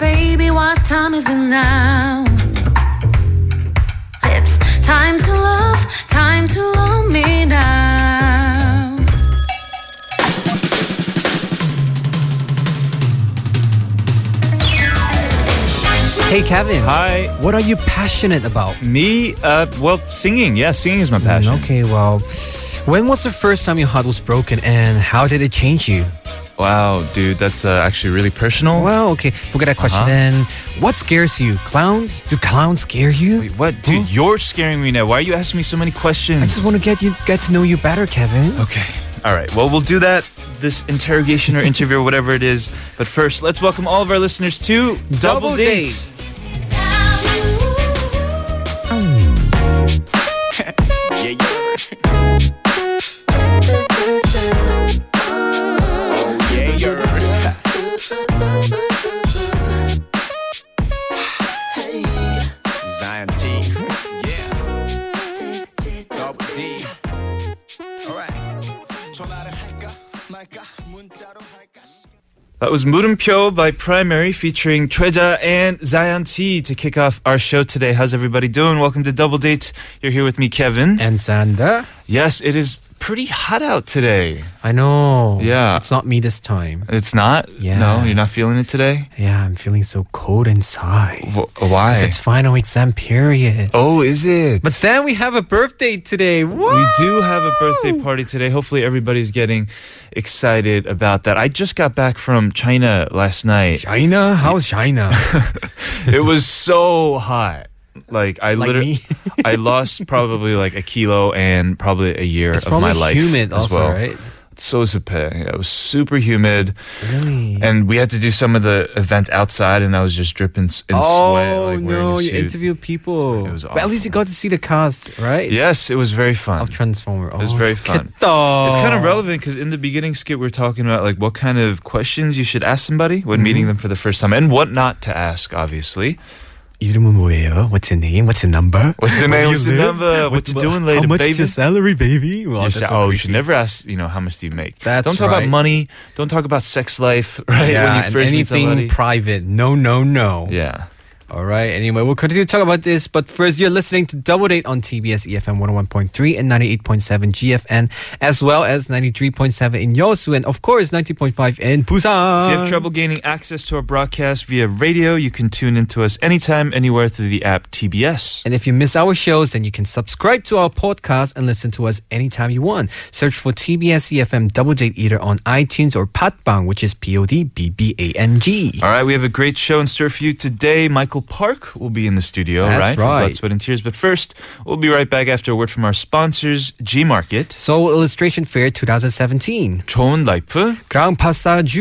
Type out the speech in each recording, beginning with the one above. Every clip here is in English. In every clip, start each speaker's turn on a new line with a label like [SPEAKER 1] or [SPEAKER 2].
[SPEAKER 1] what time is it now? It's time to love, time to love me now.
[SPEAKER 2] Hey, Kevin.
[SPEAKER 3] Hi.
[SPEAKER 2] What are you passionate about?
[SPEAKER 3] Me? Uh, well, singing. Yeah, singing is my passion.
[SPEAKER 2] Mm, Okay, well, when was the first time your heart was broken and how did it change you?
[SPEAKER 3] Wow, dude, that's uh, actually really personal.
[SPEAKER 2] Well, okay, forget that question
[SPEAKER 3] Uh-huh.
[SPEAKER 2] then. What scares you? Clowns? Do clowns scare you?
[SPEAKER 3] Wait, what? Dude, you're scaring me now. Why are you asking me so many questions?
[SPEAKER 2] I just want to get you get to know you better, Kevin.
[SPEAKER 3] Okay. All right. Well, we'll do that. This interrogation or interview or whatever it is. But first, let's welcome all of our listeners to
[SPEAKER 2] Double Date.
[SPEAKER 4] Zion T. Yeah. Double D. Alright. 전화를 할까 말까 문자로 할까
[SPEAKER 3] That was Murumkyo by Primary featuring Treja and Zion T to kick off our show today. How's everybody doing? Welcome to Double Date. You're here with me, Kevin.
[SPEAKER 2] And Sander.
[SPEAKER 3] Yes, it is pretty hot out today.
[SPEAKER 2] I know.
[SPEAKER 3] Yeah.
[SPEAKER 2] It's not me this time.
[SPEAKER 3] It's not? No, you're not
[SPEAKER 2] Yes.
[SPEAKER 3] feeling it today?
[SPEAKER 2] Yeah, I'm feeling so cold inside.
[SPEAKER 3] Wh- uh, why?
[SPEAKER 2] 'Cause It's final exam period.
[SPEAKER 3] oh, is it?
[SPEAKER 2] But then we have a birthday today. What?
[SPEAKER 3] We do have a birthday party today. Hopefully, everybody's getting excited about that. I just got back from China last night.
[SPEAKER 2] China? How's China?
[SPEAKER 3] It was so hot. Like I
[SPEAKER 2] Like
[SPEAKER 3] literally,
[SPEAKER 2] me.
[SPEAKER 3] I lost probably like a kilo and probably a year
[SPEAKER 2] It's
[SPEAKER 3] of
[SPEAKER 2] probably
[SPEAKER 3] my life.
[SPEAKER 2] humid
[SPEAKER 3] as
[SPEAKER 2] also,
[SPEAKER 3] well.
[SPEAKER 2] right?
[SPEAKER 3] So super. It was super humid,
[SPEAKER 2] Really?
[SPEAKER 3] and we had to do some of the event outside, and I was just dripping s- in sweat.
[SPEAKER 2] oh
[SPEAKER 3] Like wearing
[SPEAKER 2] no,
[SPEAKER 3] a
[SPEAKER 2] you
[SPEAKER 3] suit.
[SPEAKER 2] interviewed people.
[SPEAKER 3] It was
[SPEAKER 2] But at least you got to see the cast, right?
[SPEAKER 3] Yes, it was very fun.
[SPEAKER 2] Of Transformer.
[SPEAKER 3] was
[SPEAKER 2] Oh,
[SPEAKER 3] very fun.
[SPEAKER 2] 좋겠다.
[SPEAKER 3] It's kind of relevant because in the beginning skit, we are talking about like what kind of questions you should ask somebody
[SPEAKER 2] Mm-hmm.
[SPEAKER 3] when meeting them for the first time and what not to ask, obviously.
[SPEAKER 2] 이름은 뭐예요? What's your name? What's your number?
[SPEAKER 3] What's your
[SPEAKER 2] Where do
[SPEAKER 3] name? What's your
[SPEAKER 2] live?
[SPEAKER 3] number? What you doing later,
[SPEAKER 2] How much is
[SPEAKER 3] baby?
[SPEAKER 2] your salary, baby? Well,
[SPEAKER 3] You
[SPEAKER 2] that's so
[SPEAKER 3] say, oh,
[SPEAKER 2] creepy.
[SPEAKER 3] you should never ask, you know, how much do you make?
[SPEAKER 2] That's
[SPEAKER 3] Don't talk about
[SPEAKER 2] right.
[SPEAKER 3] money. Don't talk about sex life, right?
[SPEAKER 2] Yeah,
[SPEAKER 3] when you
[SPEAKER 2] and
[SPEAKER 3] first meet
[SPEAKER 2] anything
[SPEAKER 3] somebody.
[SPEAKER 2] private. No, no, no.
[SPEAKER 3] yeah.
[SPEAKER 2] All right. Anyway, we'll continue to talk about this, but first, you're listening to Double Date on TBS EFM 101.3 and 98.7 GFN, as well as 93.7 in Yosu, and of course 90.5 in Busan.
[SPEAKER 3] If you have trouble gaining access to our broadcast via radio, you can tune in to us anytime, anywhere through the app TBS.
[SPEAKER 2] And if you miss our shows, then you can subscribe to our podcast and listen to us anytime you want. Search for TBS EFM E Double Date either on iTunes or Patbang, which is P O D B B A N G.
[SPEAKER 3] All right, we have a great show in store for you today. Michael Park will be in the studio,
[SPEAKER 2] That's
[SPEAKER 3] right? from Blood,
[SPEAKER 2] right.
[SPEAKER 3] Sweat, and Tears. But first, we'll be right back after a word from our sponsors, G Market,
[SPEAKER 2] Seoul Illustration Fair 2017.
[SPEAKER 3] 좋은 라이프,
[SPEAKER 2] Grand Passage.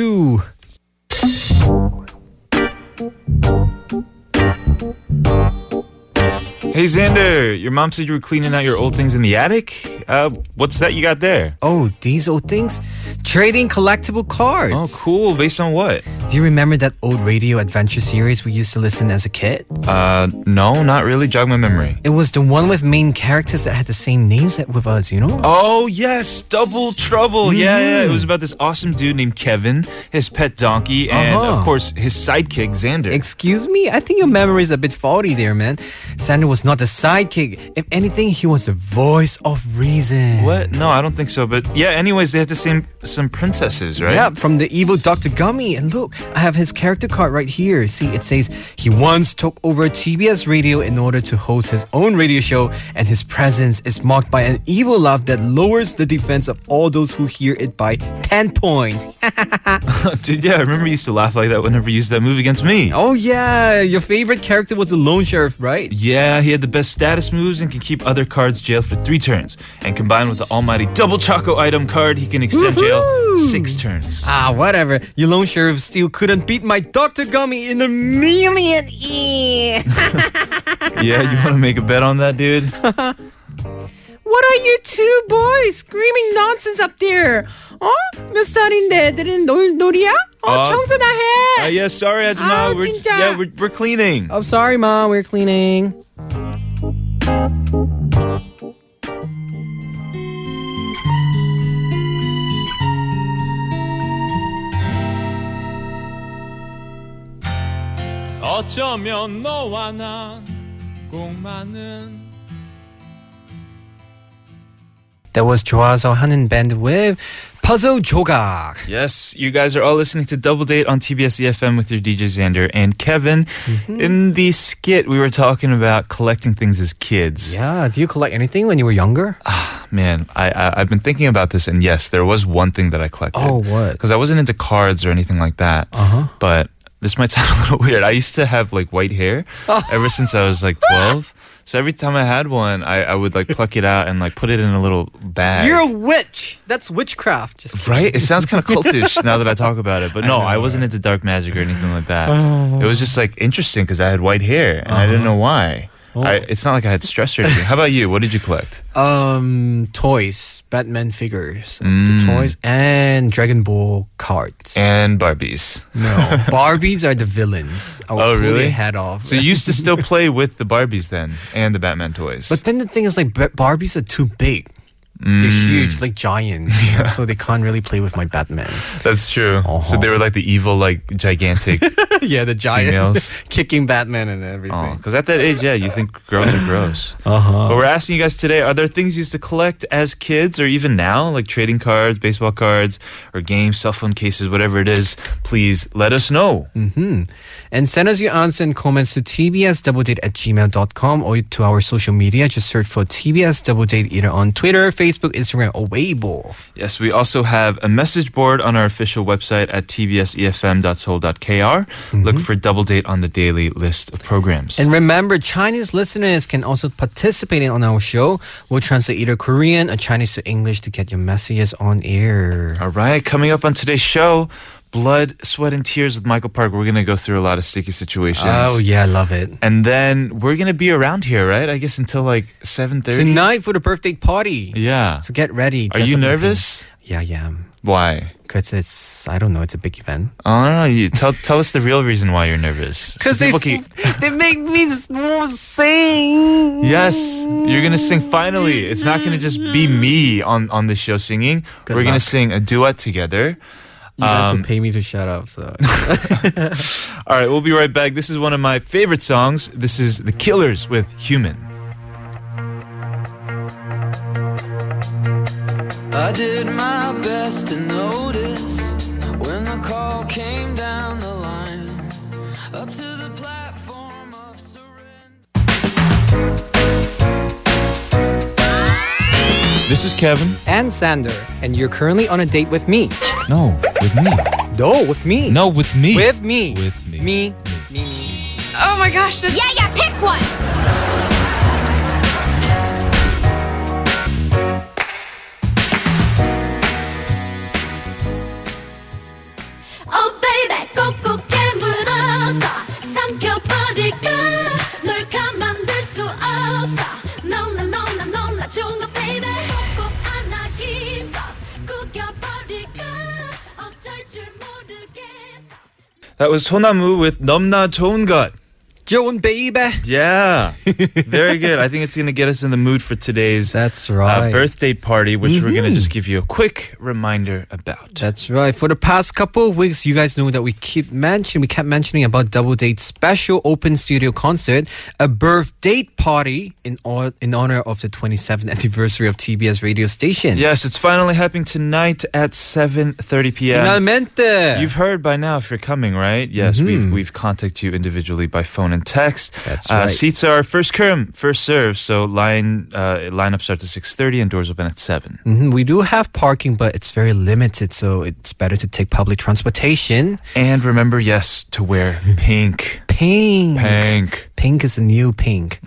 [SPEAKER 3] Hey Xander, your mom said you were cleaning out your old things in the attic. Uh, what's that you got there?
[SPEAKER 2] Oh, these old things? Trading collectible cards.
[SPEAKER 3] Oh, cool. Based on what?
[SPEAKER 2] Do you remember that old radio adventure series we used to listen as a kid?
[SPEAKER 3] Uh, no, not really. Jog my memory.
[SPEAKER 2] It was the one with main characters that had the same names that with us, you know?
[SPEAKER 3] Oh yes, Double Trouble. Yeah, yeah.
[SPEAKER 2] Mm-hmm.
[SPEAKER 3] It was about this awesome dude named Kevin, his pet donkey, and
[SPEAKER 2] Uh-huh.
[SPEAKER 3] of course his sidekick Xander.
[SPEAKER 2] Excuse me? I think your memory is a bit faulty there, man. Sander was not the sidekick. If anything, he was the voice of reason.
[SPEAKER 3] what? No, I don't think so. But yeah. Anyways, they had the same some princesses, right?
[SPEAKER 2] Yeah, from the evil Dr. Gummy. And look, I have his character card right here. See, it says he once took over TBS radio in order to host his own radio show, and his presence is marked by an evil laugh that lowers the defense of all those who hear it by 10 points.
[SPEAKER 3] Dude, yeah, I remember you used to laugh like that whenever you used that move against me.
[SPEAKER 2] Oh, yeah, your favorite character was the loan sheriff, right?
[SPEAKER 3] Yeah, he had the best status moves and can keep other cards jailed for three turns. And combined with the almighty double choco item card, he can extend jail
[SPEAKER 2] Woohoo!
[SPEAKER 3] six turns.
[SPEAKER 2] Ah, whatever. Your loan sheriff still couldn't beat my Dr. Gummy in a million years.
[SPEAKER 3] yeah, you want to make a bet on that, dude? Uh,
[SPEAKER 2] What are you two boys screaming nonsense up there? 어? 몇 살인데 애들은 놀, 놀이야? 어,
[SPEAKER 3] 아,
[SPEAKER 2] 청소나
[SPEAKER 3] Uh,
[SPEAKER 2] 해!
[SPEAKER 3] yeah, sorry, Ajahn.
[SPEAKER 2] Ah,
[SPEAKER 3] we're,
[SPEAKER 2] 진짜.
[SPEAKER 3] yeah, we're, we're cleaning.
[SPEAKER 2] Oh, sorry, Mom. We're cleaning.
[SPEAKER 5] 어쩌면 너와 난꼭 많은
[SPEAKER 2] That was 좋아서 하는 band with Puzzle 조각.
[SPEAKER 3] Yes, you guys are all listening to Double Date on TBS EFM E with your DJ Xander and Kevin.
[SPEAKER 2] Mm-hmm.
[SPEAKER 3] In the skit, we were talking about collecting things as kids.
[SPEAKER 2] Yeah, do you collect anything when you were younger?
[SPEAKER 3] Man, I, I I've been thinking about this, and yes, there was one thing that I collected.
[SPEAKER 2] Oh, what? Uh-huh.
[SPEAKER 3] Because I wasn't into cards or anything like that. Uh huh. But this might sound a little weird. I used to have like white hair
[SPEAKER 2] Oh.
[SPEAKER 3] ever since I was like twelve. So every time I had one, I, I would like pluck it out and like put it in a little bag.
[SPEAKER 2] You're a witch. That's witchcraft. Just kidding.
[SPEAKER 3] Right? It sounds kind of cultish now that I talk about it. But no, I, wasn't into dark magic or anything like that. It was just like interesting because I had white hair and I didn't know why. I, it's not like I had stress or anything. How about you? What did you collect?
[SPEAKER 2] Um, toys, Batman figures, the toys, and Dragon Ball cards.
[SPEAKER 3] And Barbies.
[SPEAKER 2] no, Barbies are the villains. I would
[SPEAKER 3] Oh,
[SPEAKER 2] pull their
[SPEAKER 3] really?
[SPEAKER 2] head off.
[SPEAKER 3] So you used to still play with the Barbies then and the Batman toys.
[SPEAKER 2] But then the thing is, like, Bar- Barbies are too big. They're huge, like giants. you know, so they can't really play with my Batman.
[SPEAKER 3] That's true. So they were like the evil, like gigantic.
[SPEAKER 2] yeah, the giant
[SPEAKER 3] Females.
[SPEAKER 2] kicking Batman and everything.
[SPEAKER 3] Because at that age, yeah, you think girls are gross.
[SPEAKER 2] Uh-huh.
[SPEAKER 3] But we're asking you guys today: Are there things you used to collect as kids, or even now, like trading cards, baseball cards, or games, cell phone cases, whatever it is? Please let us know.
[SPEAKER 2] And send us your answer and comments to tbs double date at gmail.com or to our social media. Just search for TBS Double Date either on Twitter, Facebook, Instagram, or Weibo.
[SPEAKER 3] Yes, we also have a message board on our official website at tbsefm.soul.kr. Look for Double Date on the daily list of programs.
[SPEAKER 2] Mm-hmm. And remember, Chinese listeners can also participate in on our show. We'll translate either Korean or Chinese to English to get your messages on air.
[SPEAKER 3] All right, coming up on today's show, Blood, Sweat, and Tears with Michael Park. We're going to go through a lot of sticky situations.
[SPEAKER 2] Oh yeah, I love it.
[SPEAKER 3] And then we're going to be around here, right? I guess until like 7.30.
[SPEAKER 2] Tonight for the birthday party.
[SPEAKER 3] Yeah.
[SPEAKER 2] So get ready.
[SPEAKER 3] Are
[SPEAKER 2] dress
[SPEAKER 3] you
[SPEAKER 2] up in pink.
[SPEAKER 3] nervous?
[SPEAKER 2] Yeah, I am.
[SPEAKER 3] Why?
[SPEAKER 2] Cause it's I don't know, it's a big event.
[SPEAKER 3] Oh, no, no. You, tell, tell us the real reason why you're nervous. So people can-
[SPEAKER 2] they make me sing.
[SPEAKER 3] Yes, you're gonna sing finally. It's not gonna just be me on on the show singing.
[SPEAKER 2] Good
[SPEAKER 3] We're gonna
[SPEAKER 2] luck.
[SPEAKER 3] sing a duet together.
[SPEAKER 2] You guys
[SPEAKER 3] Um,
[SPEAKER 2] will pay me to shut up. So
[SPEAKER 3] All right, we'll be right back. This is one of my favorite songs. This is The Killers with Human.
[SPEAKER 6] I did my best to notice when the call came down the line up to the platform of surrender.
[SPEAKER 3] This is Kevin.
[SPEAKER 2] and Sander, and you're currently on a date with me.
[SPEAKER 3] No, with me.
[SPEAKER 2] No, with me.
[SPEAKER 3] No, with me.
[SPEAKER 2] with me.
[SPEAKER 3] With me.
[SPEAKER 2] Me. Me.
[SPEAKER 7] Oh my gosh, this
[SPEAKER 8] Yeah, yeah, pick one.
[SPEAKER 1] Oh baby 꼭꼭 깨물어서 삼켜버릴까 널 가만둘 수 없어 No 나 no 나 no 나 좋은 거 baby 꼭꼭 안아 힘껏 구겨버릴까 어쩔 줄 모르겠어
[SPEAKER 3] That was Honamu with Nomna Tongut.
[SPEAKER 2] Joe and baby.
[SPEAKER 3] Yeah, very good. I think it's gonna get us in the mood for today's
[SPEAKER 2] That's
[SPEAKER 3] uh,
[SPEAKER 2] right. Mm-hmm.
[SPEAKER 3] birthday party, which we're gonna just give you a quick reminder about.
[SPEAKER 2] That's right. For the past couple of weeks, you guys know that we keep mentioning, we kept mentioning about Double Date's special open studio concert, a birth date party in or, in honor of the 27th anniversary of TBS radio station.
[SPEAKER 3] Yes, it's finally happening tonight at 7:30 p.m.
[SPEAKER 2] Finalmente.
[SPEAKER 3] You've heard by now if you're coming, right? Yes,
[SPEAKER 2] Mm-hmm.
[SPEAKER 3] we've we've contacted you individually by phone and text.
[SPEAKER 2] That's
[SPEAKER 3] Uh,
[SPEAKER 2] right.
[SPEAKER 3] seats are first come, first serve. So line uh, lineup starts at six thirty and doors open at seven.
[SPEAKER 2] Mhm, We do have parking, but it's very limited, so it's better to take public transportation.
[SPEAKER 3] And remember, yes, to wear pink.
[SPEAKER 2] Pink.
[SPEAKER 3] Pink.
[SPEAKER 2] Pink is the new pink.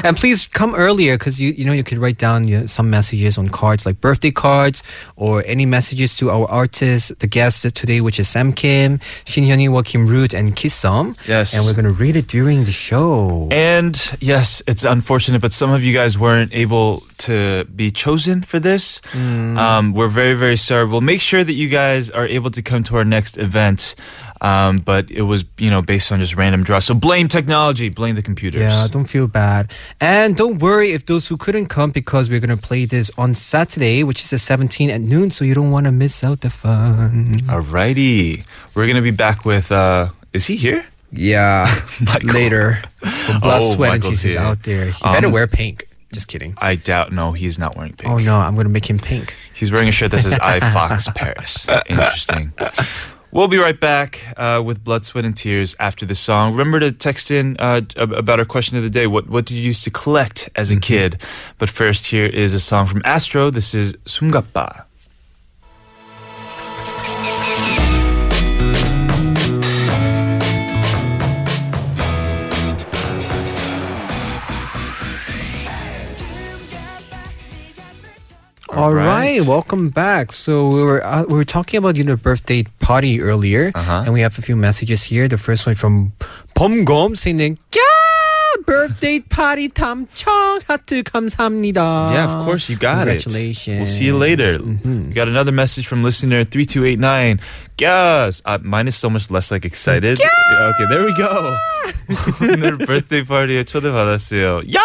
[SPEAKER 2] and please come earlier because you you know you could write down you know, some messages on cards like birthday cards or any messages to our artists, the guests today, which is Sam Kim, Shin Hyunyi, Wa Kim Root, and Kisam.
[SPEAKER 3] Yes.
[SPEAKER 2] And we're gonna read it during the show.
[SPEAKER 3] And yes, it's unfortunate, but some of you guys weren't able to be chosen for this.
[SPEAKER 2] Hmm.
[SPEAKER 3] Um, we're very, very sorry. We'll make sure that you guys are able to come to our next event. Um, but it was, you know, based on just random draw. So blame technology, blame the computers.
[SPEAKER 2] Yeah, don't feel bad. And don't worry if those who couldn't come because we're going to play this on Saturday, which is the 17th at noon, so you don't want to miss out the fun.
[SPEAKER 3] Alrighty. We're gonna be back with uh is he here?
[SPEAKER 2] Yeah,
[SPEAKER 3] Michael.
[SPEAKER 2] later. When blood,
[SPEAKER 3] Oh,
[SPEAKER 2] sweat, and
[SPEAKER 3] Michael's
[SPEAKER 2] tears is
[SPEAKER 3] here.
[SPEAKER 2] out there. He
[SPEAKER 3] Um,
[SPEAKER 2] better wear pink. Just kidding.
[SPEAKER 3] I doubt. No, he's not wearing pink.
[SPEAKER 2] Oh no, I'm gonna make him pink.
[SPEAKER 3] He's wearing a shirt that says "I Fox Paris." Interesting. We'll be right back uh, with blood, sweat, and tears after this song. Remember to text in uh, ab- about our question of the day. What what did you used to collect as a kid? But first, here is a song from Astro. This is Sumgappa.
[SPEAKER 2] All right.
[SPEAKER 3] right.
[SPEAKER 2] welcome back. So we were uh, we were talking about you know birthday party earlier,
[SPEAKER 3] Uh-huh.
[SPEAKER 2] and we have a few messages here. The first one from 범검 saying, "야 birthday party 탐청 하트 감사합니다."
[SPEAKER 3] Yeah, of course, you got
[SPEAKER 2] Congratulations.
[SPEAKER 3] it. We'll see you later. Mm-hmm. We got another message from listener 3289. Yes! Uh, mine is so much less like excited. Yeah, Okay, there we go. 오늘 birthday party 초대받았어요. Yeah!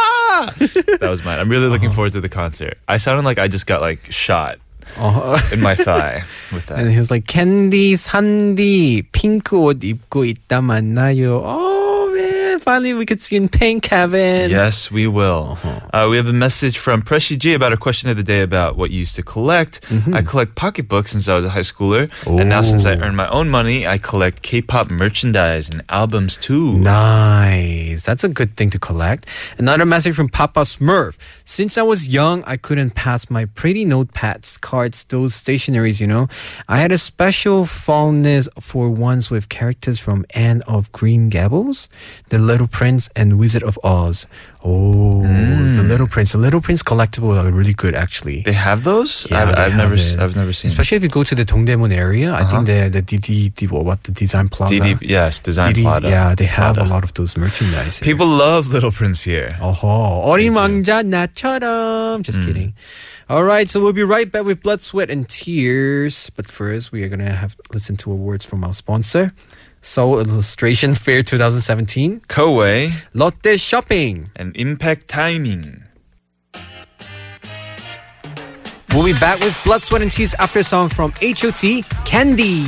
[SPEAKER 3] That was mine. I'm really looking forward to the concert. I sounded like I just got like shot
[SPEAKER 2] Uh-huh.
[SPEAKER 3] in my thigh with that.
[SPEAKER 2] And he was like, "Candy, Sandy, 핑크 옷 입고 있다 만나요." Oh man, finally we could see you in pink, Kevin.
[SPEAKER 3] Yes, we will. Uh, we have a message from Preshi G about our question of the day about what you used to collect. I collect pocketbooks since I was a high schooler. And now, since I
[SPEAKER 2] Ooh.
[SPEAKER 3] earn my own money, I collect K pop merchandise and albums too.
[SPEAKER 2] Nice. That's a good thing to collect. Another message from Papa Smurf. Since I was young, I couldn't pass my pretty notepads, cards, those stationaries, you know. I had a special fondness for ones with characters from Anne of Green Gables, The Little Prince, and Wizard of Oz. Oh, The Little Prince. The Little Prince collectible are really good, actually.
[SPEAKER 3] They have those?
[SPEAKER 2] Yeah,
[SPEAKER 3] I've,
[SPEAKER 2] they
[SPEAKER 3] I've never,
[SPEAKER 2] have
[SPEAKER 3] s-
[SPEAKER 2] it.
[SPEAKER 3] I've never seen.
[SPEAKER 2] Especially if you go to the Dongdaemun area, I think the the DD, the, what the design plaza.
[SPEAKER 3] DD, yes, Design
[SPEAKER 2] DD,
[SPEAKER 3] Plata.
[SPEAKER 2] yeah, they have a
[SPEAKER 3] Plata.
[SPEAKER 2] lot of those merchandise. here.
[SPEAKER 3] People love Little Prince here.
[SPEAKER 2] 어허, 어린 왕자 나처럼.
[SPEAKER 3] Mm.
[SPEAKER 2] Just kidding. All right, so we'll be right back with blood, sweat, and tears. But first, we are gonna have to listen to a words from our sponsor, Seoul Illustration Fair 2017,
[SPEAKER 3] Koei
[SPEAKER 2] Lotte Shopping.
[SPEAKER 3] and Impact Timing.
[SPEAKER 2] We'll be back with blood, sweat, and tears after a song from H.O.T. Candy.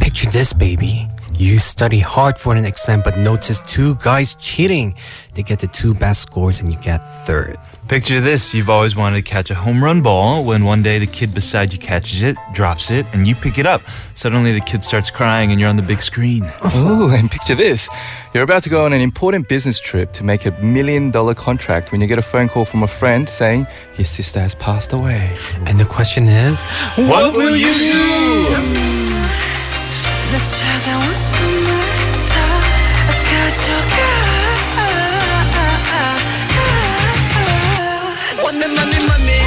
[SPEAKER 2] Picture this, baby. You study hard for an exam but notice two guys cheating. They get the two best scores and you get third.
[SPEAKER 3] Picture this you've always wanted to catch a home run ball when one day the kid beside you catches it, drops it, and you pick it up. Suddenly the kid starts crying and you're on the big screen.
[SPEAKER 8] Ooh, and picture this. You're about to go on an important business trip to make a million dollar contract when you get a phone call from a friend saying his sister has passed away.
[SPEAKER 2] And the question is,
[SPEAKER 3] What will you do?
[SPEAKER 1] 나 차가운 숨을 다 가져가 원내 맘이 맘이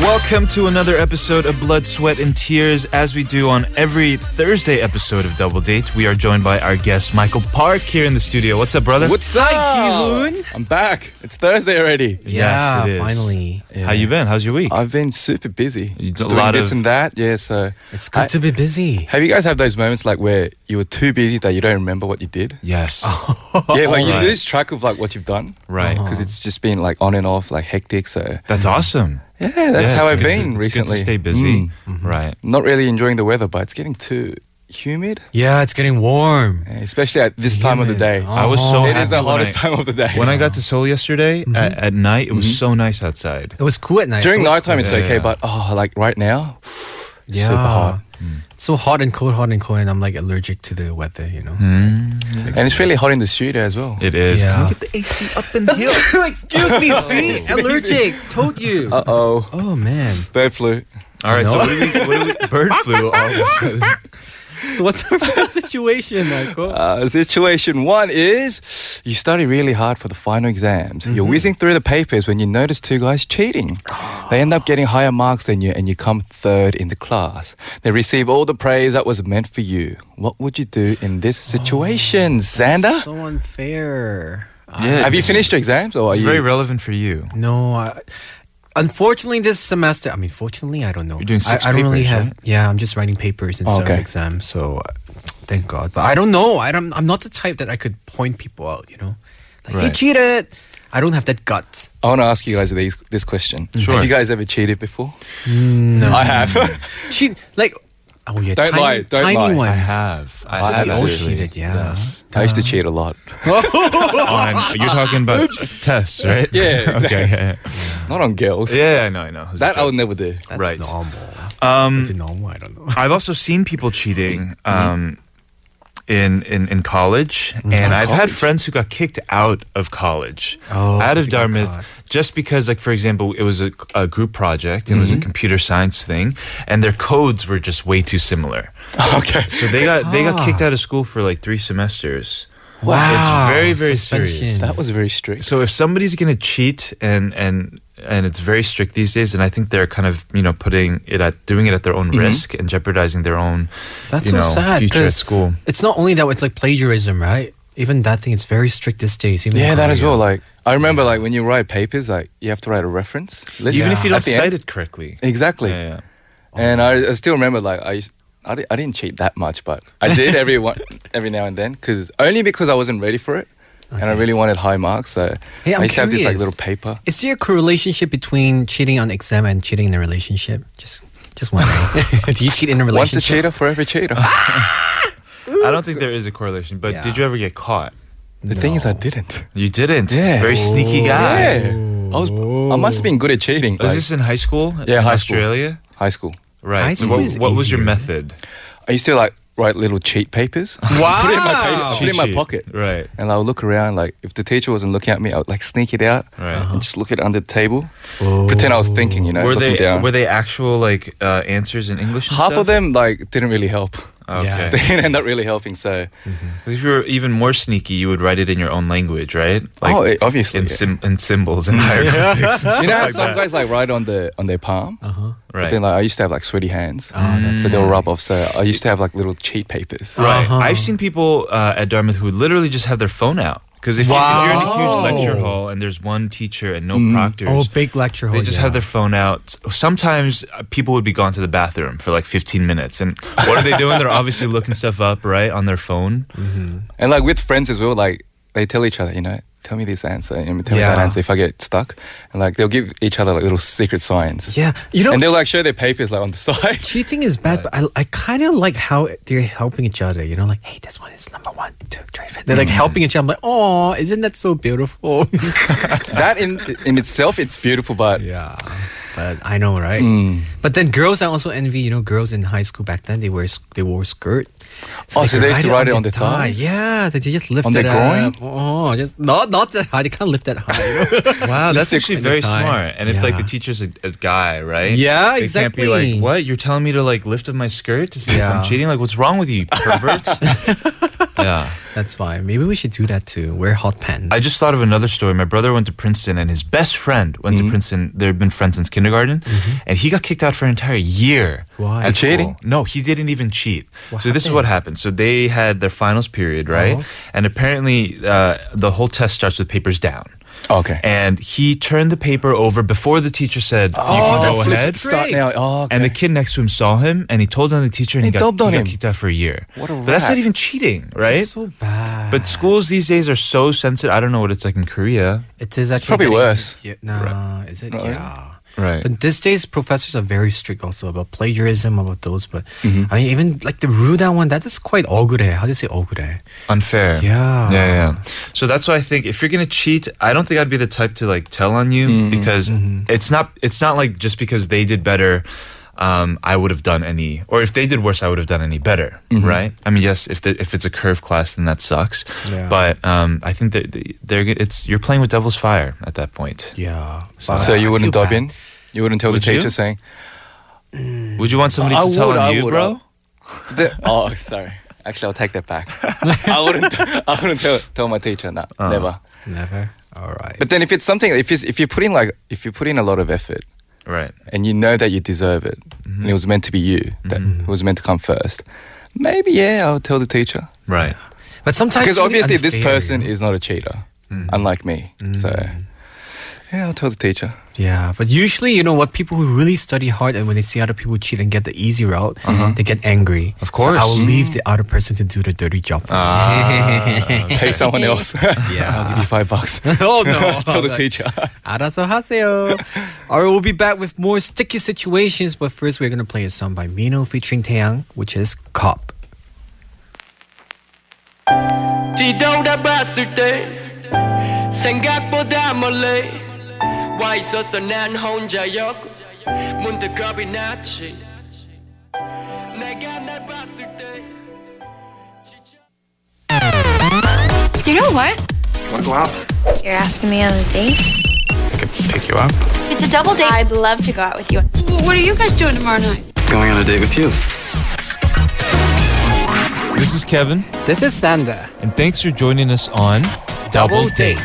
[SPEAKER 3] Welcome to another episode of Blood, Sweat, and Tears. As we do on every Thursday episode of Double Date, we are joined by our guest, Michael Park, here in the studio. What's up, brother?
[SPEAKER 8] up?
[SPEAKER 2] Ki-hoon?
[SPEAKER 8] I'm back. It's Thursday already.
[SPEAKER 3] Yes, it is.
[SPEAKER 2] finally.
[SPEAKER 3] How you been? How's your week?
[SPEAKER 8] I've been super busy.
[SPEAKER 3] You do a
[SPEAKER 8] doing
[SPEAKER 3] lot
[SPEAKER 8] this
[SPEAKER 3] of-
[SPEAKER 8] and that. Yeah, so
[SPEAKER 2] It's good
[SPEAKER 8] I-
[SPEAKER 2] to be busy.
[SPEAKER 8] have you guys had those moments like where you were too busy that you don't remember what you did?
[SPEAKER 3] yes.
[SPEAKER 2] Oh.
[SPEAKER 8] yeah, like you
[SPEAKER 3] Right.
[SPEAKER 8] lose track of like what you've done.
[SPEAKER 3] Right.
[SPEAKER 2] Uh-huh.
[SPEAKER 8] Because it's just been like on and off, like hectic. So
[SPEAKER 3] That's awesome.
[SPEAKER 8] yeah, that's
[SPEAKER 3] Yeah,
[SPEAKER 8] how
[SPEAKER 3] it's
[SPEAKER 8] I've
[SPEAKER 3] good to-
[SPEAKER 8] been
[SPEAKER 3] it's good
[SPEAKER 8] recently.
[SPEAKER 3] to stay busy.
[SPEAKER 8] Mm.
[SPEAKER 2] Mm-hmm.
[SPEAKER 3] Right.
[SPEAKER 8] Not really enjoying the weather, but it's getting too humid.
[SPEAKER 2] Yeah, it's getting warm.
[SPEAKER 8] Yeah, especially at this time of the day.
[SPEAKER 2] Humid.
[SPEAKER 3] I was so
[SPEAKER 2] Oh.
[SPEAKER 8] It is
[SPEAKER 3] happy
[SPEAKER 8] the
[SPEAKER 3] when
[SPEAKER 8] hottest
[SPEAKER 3] I-
[SPEAKER 8] time of the day.
[SPEAKER 3] When I got to Seoul yesterday
[SPEAKER 2] Mm-hmm.
[SPEAKER 3] at, at night, it was
[SPEAKER 8] Mm-hmm.
[SPEAKER 3] so nice outside.
[SPEAKER 2] It was cool at night.
[SPEAKER 8] during
[SPEAKER 2] It's always
[SPEAKER 8] nighttime, it's
[SPEAKER 3] Yeah,
[SPEAKER 8] okay,
[SPEAKER 3] yeah.
[SPEAKER 8] but oh, like right now,
[SPEAKER 2] cool. yeah.
[SPEAKER 8] super hot,
[SPEAKER 2] It's so hot and cold, hot and cold, and I'm like allergic to the weather, you know.
[SPEAKER 8] Hmm. and it's really hot in the studio as well.
[SPEAKER 3] It is.
[SPEAKER 2] Yeah.
[SPEAKER 3] Can we get the AC up in here?
[SPEAKER 2] Excuse me, see? allergic. Told you.
[SPEAKER 8] Uh oh,
[SPEAKER 2] oh man.
[SPEAKER 8] bird flu.
[SPEAKER 3] All right, so what do we, what do we, bird flu all of a sudden.
[SPEAKER 2] So what's our first situation, Michael?
[SPEAKER 8] Uh, situation one is you study really hard for the final exams. You're
[SPEAKER 3] Mm-hmm.
[SPEAKER 8] whizzing through the papers when you notice two guys cheating. They end up getting higher marks than you, and you come third in the class. They receive all the praise that was meant for you. What would you do in this situation, Xander?
[SPEAKER 2] So unfair.
[SPEAKER 3] Yeah,
[SPEAKER 8] Have you
[SPEAKER 3] it's-
[SPEAKER 8] finished your exams, or are
[SPEAKER 3] It's
[SPEAKER 8] you?
[SPEAKER 3] very relevant for you.
[SPEAKER 2] No, I, Unfortunately, this semester, I mean, fortunately, I don't know. You're
[SPEAKER 3] doing six
[SPEAKER 2] I, I don't really
[SPEAKER 3] papers,
[SPEAKER 2] have.
[SPEAKER 3] right? Oh,
[SPEAKER 2] Yeah, I'm just writing papers instead of
[SPEAKER 8] Okay.
[SPEAKER 2] exams. So, uh, thank God. But I don't know. I don't. I'm not the type that I could point people out. You know, like he
[SPEAKER 3] Right.
[SPEAKER 2] cheated. I don't have that gut.
[SPEAKER 8] I want to ask you guys these, this question.
[SPEAKER 3] Sure.
[SPEAKER 8] Have you guys ever cheated before? No. I have.
[SPEAKER 2] Cheat like. Oh yeah.
[SPEAKER 8] Don't
[SPEAKER 2] tiny,
[SPEAKER 8] lie, don't
[SPEAKER 2] tiny
[SPEAKER 8] lie. I
[SPEAKER 2] ones.
[SPEAKER 3] I have.
[SPEAKER 8] I have
[SPEAKER 2] We all
[SPEAKER 8] absolutely.
[SPEAKER 2] cheated. Yeah.
[SPEAKER 8] I
[SPEAKER 3] Uh.
[SPEAKER 8] used to cheat a lot.
[SPEAKER 3] on, Oh, you're talking about tests, right?
[SPEAKER 8] Yeah,
[SPEAKER 3] okay. Yeah,
[SPEAKER 8] Not on girls.
[SPEAKER 3] yeah. yeah, I know, I know. It was a
[SPEAKER 8] That I
[SPEAKER 3] joke.
[SPEAKER 8] would never do.
[SPEAKER 2] That's
[SPEAKER 3] Right.
[SPEAKER 2] normal. Um, Is it normal? I don't know.
[SPEAKER 3] I've also seen people cheating um, in, in in college, and I've had friends who got kicked out of college,
[SPEAKER 2] Oh,
[SPEAKER 3] out
[SPEAKER 2] because
[SPEAKER 3] of
[SPEAKER 2] they got
[SPEAKER 3] Dartmouth,
[SPEAKER 2] caught.
[SPEAKER 3] just because, like for example, it was a, a group project, it was a computer science thing, and their codes were just way too similar.
[SPEAKER 8] Okay.
[SPEAKER 3] So they got they got kicked out of school for like three semesters.
[SPEAKER 2] Wow.
[SPEAKER 3] it's very very serious.
[SPEAKER 2] Suspension.
[SPEAKER 8] That was very strict.
[SPEAKER 3] So if somebody's going to cheat and and and it's very strict these days, and I think they're kind of you know putting it at doing it at their
[SPEAKER 8] Mm-hmm.
[SPEAKER 3] own risk and jeopardizing their own
[SPEAKER 2] That's
[SPEAKER 3] you
[SPEAKER 2] so
[SPEAKER 3] know,
[SPEAKER 2] sad.
[SPEAKER 3] future
[SPEAKER 2] 'cause
[SPEAKER 3] at school.
[SPEAKER 2] It's not only that it's like plagiarism, right? Even that thing, it's very strict these days. even
[SPEAKER 8] yeah,
[SPEAKER 2] in
[SPEAKER 8] that as
[SPEAKER 2] Korea.
[SPEAKER 8] well. Like I remember, like when you write papers, like you have to write a reference. List.
[SPEAKER 3] Even if you don't
[SPEAKER 8] At the
[SPEAKER 3] cite
[SPEAKER 8] end.
[SPEAKER 3] it correctly,
[SPEAKER 8] Exactly.
[SPEAKER 3] Yeah, yeah.
[SPEAKER 8] And I, I still remember, like I, I, di- I didn't cheat that much, but I did every one, every now and then, because only because I wasn't ready for it, and I really wanted high marks. So
[SPEAKER 2] Hey, I'm
[SPEAKER 8] I used to have this like
[SPEAKER 2] curious.
[SPEAKER 8] little paper.
[SPEAKER 2] Is there a correlationship between cheating on exam and cheating in a relationship? Just just wondering. Do you cheat in a
[SPEAKER 8] Once
[SPEAKER 2] relationship?
[SPEAKER 8] a cheater, forever cheater.
[SPEAKER 3] I don't think there is a correlation. But
[SPEAKER 2] Yeah.
[SPEAKER 3] did you ever get caught?
[SPEAKER 8] the thing is, I didn't.
[SPEAKER 3] You didn't.
[SPEAKER 8] Yeah.
[SPEAKER 3] Very sneaky guy.
[SPEAKER 8] Yeah, I was. I must have been good at cheating.
[SPEAKER 3] Was
[SPEAKER 8] like,
[SPEAKER 3] this in high school? in
[SPEAKER 8] Yeah, high school.
[SPEAKER 3] Australia.
[SPEAKER 8] high school?
[SPEAKER 2] High
[SPEAKER 3] Right.
[SPEAKER 2] school
[SPEAKER 3] what
[SPEAKER 2] is
[SPEAKER 3] what was your
[SPEAKER 2] easier.
[SPEAKER 3] method?
[SPEAKER 8] I used to like write little cheat papers.
[SPEAKER 2] Wow.
[SPEAKER 8] put it in my, pa- put it in my
[SPEAKER 3] Cheat sheet.
[SPEAKER 8] pocket.
[SPEAKER 3] Right.
[SPEAKER 8] And I would look around, like if the teacher wasn't looking at me, I would like sneak it out
[SPEAKER 3] Right.
[SPEAKER 8] and just look it under the table,
[SPEAKER 2] Oh, uh-huh.
[SPEAKER 8] pretend I was thinking, you know,
[SPEAKER 3] Uh-huh. were
[SPEAKER 8] looking
[SPEAKER 3] they
[SPEAKER 8] down.
[SPEAKER 3] were they actual like uh, answers in English? And
[SPEAKER 8] Half
[SPEAKER 3] stuff?
[SPEAKER 8] of them like didn't really help.
[SPEAKER 3] Okay.
[SPEAKER 2] Yeah.
[SPEAKER 8] They didn't end up really helping. So,
[SPEAKER 3] If you were even more sneaky, you would write it in your own language, right?
[SPEAKER 8] oh, it- obviously,
[SPEAKER 3] in,
[SPEAKER 8] yeah.
[SPEAKER 3] sym- in symbols and hieroglyphics. and
[SPEAKER 8] you
[SPEAKER 3] stuff
[SPEAKER 8] know, how
[SPEAKER 3] like
[SPEAKER 8] some
[SPEAKER 3] that.
[SPEAKER 8] guys like write on the on their palm. But
[SPEAKER 2] Oh,
[SPEAKER 3] right?
[SPEAKER 8] then, like, I used to have like sweaty hands,
[SPEAKER 3] Oh,
[SPEAKER 8] so they'll rub off. So I used to have like little cheat papers.
[SPEAKER 3] right.
[SPEAKER 2] Uh-huh.
[SPEAKER 3] I've seen people uh, at Dartmouth who literally just have their phone out because if, you- if you're in a
[SPEAKER 2] Wow.
[SPEAKER 3] huge lecture hall and there's one teacher and no proctors.
[SPEAKER 2] Oh, big lecture hall.
[SPEAKER 3] they just
[SPEAKER 2] yeah.
[SPEAKER 3] have their phone out. Sometimes uh, people would be gone to the bathroom for like 15 minutes. And what are they doing? They're obviously looking stuff up, right, on their phone.
[SPEAKER 8] And like with friends as well, like they tell each other, you know, tell me this answer and tell me that
[SPEAKER 2] Yeah.
[SPEAKER 8] answer if I get stuck. And like they'll give each other like little secret signs.
[SPEAKER 2] Yeah, you know,
[SPEAKER 8] And they'll like show their papers like on the side.
[SPEAKER 2] cheating is bad, but I, I kind of like how they're helping each other. You know, like hey, this one is number one, two, three, four. They're like
[SPEAKER 8] Mm-hmm.
[SPEAKER 2] helping each other. I'm like, oh, isn't that so beautiful?
[SPEAKER 8] that in in itself, it's beautiful, but
[SPEAKER 2] yeah, but I know, right? But then girls, I also envy. You know, girls in high school back then they were they wore skirt.
[SPEAKER 8] Oh, so they used to write it on
[SPEAKER 2] the
[SPEAKER 8] their thighs?
[SPEAKER 2] Yeah, they, they just lift
[SPEAKER 8] On
[SPEAKER 2] it
[SPEAKER 8] their
[SPEAKER 2] up. Oh, just not not that high. They can't lift that high. you know?
[SPEAKER 3] Wow, Oh, that's
[SPEAKER 2] Lipstick
[SPEAKER 3] actually
[SPEAKER 2] at the
[SPEAKER 3] very
[SPEAKER 2] time.
[SPEAKER 3] smart. And if like the
[SPEAKER 2] Yeah.
[SPEAKER 3] teacher's a, a guy, right?
[SPEAKER 2] Yeah,
[SPEAKER 3] they Can't
[SPEAKER 2] exactly.
[SPEAKER 3] be like, what? You're telling me to like lift up my skirt to see if
[SPEAKER 2] Yeah.
[SPEAKER 3] I'm cheating? Like, what's wrong with you, pervert? yeah.
[SPEAKER 2] That's fine. Maybe we should do that too. Wear hot pants.
[SPEAKER 3] I just thought of another story. My brother went to Princeton, and his best friend went
[SPEAKER 2] Mm-hmm.
[SPEAKER 3] to Princeton. They've been friends since kindergarten, and he got kicked out for an entire year.
[SPEAKER 2] Why?
[SPEAKER 3] at
[SPEAKER 8] For cheating?
[SPEAKER 3] school. No, he didn't even cheat. so this is what happened. So they had their finals period, right?
[SPEAKER 2] Uh-huh.
[SPEAKER 3] And apparently, uh, the whole test starts with papers down.
[SPEAKER 8] Oh, okay.
[SPEAKER 3] And he turned the paper over before the teacher said, "You can
[SPEAKER 8] Oh, that's
[SPEAKER 3] go
[SPEAKER 8] so
[SPEAKER 3] ahead."
[SPEAKER 8] start now. Oh, okay.
[SPEAKER 3] And the kid next to him saw him, and he told on the teacher, and he,
[SPEAKER 8] He
[SPEAKER 3] got,
[SPEAKER 8] dubbed on
[SPEAKER 3] he got
[SPEAKER 8] him.
[SPEAKER 3] kicked out for a year.
[SPEAKER 8] What a
[SPEAKER 3] but that's not
[SPEAKER 8] rat.
[SPEAKER 3] even cheating, right?
[SPEAKER 2] It's so bad.
[SPEAKER 3] But schools these days are so sensitive. I don't know what it's like in Korea.
[SPEAKER 2] it is actually
[SPEAKER 8] probably
[SPEAKER 2] getting-
[SPEAKER 8] worse.
[SPEAKER 2] Yeah, no, is it? Yeah.
[SPEAKER 3] Right.
[SPEAKER 2] But these days, professors are very strict also about plagiarism, about those. But
[SPEAKER 8] Mm-hmm.
[SPEAKER 2] I mean, even like the Ruda one, that is quite 억울해. How do you say eh? 억울해?
[SPEAKER 3] Unfair.
[SPEAKER 2] Yeah.
[SPEAKER 3] Yeah, yeah. So that's why I think if you're gonna cheat, I don't think I'd be the type to like tell on you because
[SPEAKER 2] Mm-hmm.
[SPEAKER 3] it's not it's not like just because they did better, um, I would have done any or if they did worse, I would have done any better. Right? I mean, yes, if the, if it's a curve class, then that sucks.
[SPEAKER 2] Yeah.
[SPEAKER 3] But um, I think that they- they're it's you're playing with devil's fire at that point.
[SPEAKER 2] Yeah.
[SPEAKER 8] so
[SPEAKER 2] I
[SPEAKER 8] you wouldn't
[SPEAKER 2] feel
[SPEAKER 8] dive
[SPEAKER 2] bad.
[SPEAKER 8] in. You wouldn't tell
[SPEAKER 3] Would
[SPEAKER 8] the teacher
[SPEAKER 3] you?
[SPEAKER 8] saying,
[SPEAKER 3] Would you want somebody to tell on you, bro?
[SPEAKER 8] I- the- oh, sorry. Actually, I'll take that back. I wouldn't. I wouldn't tell, tell my teacher. No,
[SPEAKER 2] Uh.
[SPEAKER 8] never.
[SPEAKER 2] Never. All right.
[SPEAKER 8] But then, if it's something, if it's, if you put in like, if you put in a lot of effort,
[SPEAKER 3] Right.
[SPEAKER 8] and you know that you deserve it, and it was meant to be you that was meant to come first, maybe yeah, I'll tell the teacher
[SPEAKER 3] Right.
[SPEAKER 2] but sometimes it's
[SPEAKER 8] because
[SPEAKER 2] really
[SPEAKER 8] obviously this
[SPEAKER 2] unfair,
[SPEAKER 8] person
[SPEAKER 2] you know?
[SPEAKER 8] Mm. is not a cheater, unlike me. So Yeah, I'll tell the teacher.
[SPEAKER 2] Yeah, but usually, you know what? People who really study hard and when they see other people cheat and get the easy route,
[SPEAKER 8] Uh-huh.
[SPEAKER 2] they get angry.
[SPEAKER 3] Of
[SPEAKER 2] so I
[SPEAKER 3] course.
[SPEAKER 2] will
[SPEAKER 8] Mm-hmm.
[SPEAKER 2] leave the other person to do the dirty job. For
[SPEAKER 8] Pay someone else. yeah, I'll give you five bucks.
[SPEAKER 2] me. oh no!
[SPEAKER 8] tell the teacher.
[SPEAKER 2] 알아서 하세요. All right, we'll be back with more sticky situations, but first we're gonna play a song by Mino featuring Taeyang, which is "Cop."
[SPEAKER 9] 뒤돌아봤을 때 생각보다 멀리 와 있었어 난 혼자였고 문득 겁이 났지 내가 날 봤을 때
[SPEAKER 7] You know what?
[SPEAKER 10] Want to go out?
[SPEAKER 7] You're asking me on a date?
[SPEAKER 10] I could pick you up.
[SPEAKER 7] It's a double date. I'd love to go out with you.
[SPEAKER 1] What are you guys doing tomorrow night?
[SPEAKER 10] Going on a date with you.
[SPEAKER 3] This is Kevin,
[SPEAKER 2] This is Sander.
[SPEAKER 3] and thanks for joining us on
[SPEAKER 2] Double Date.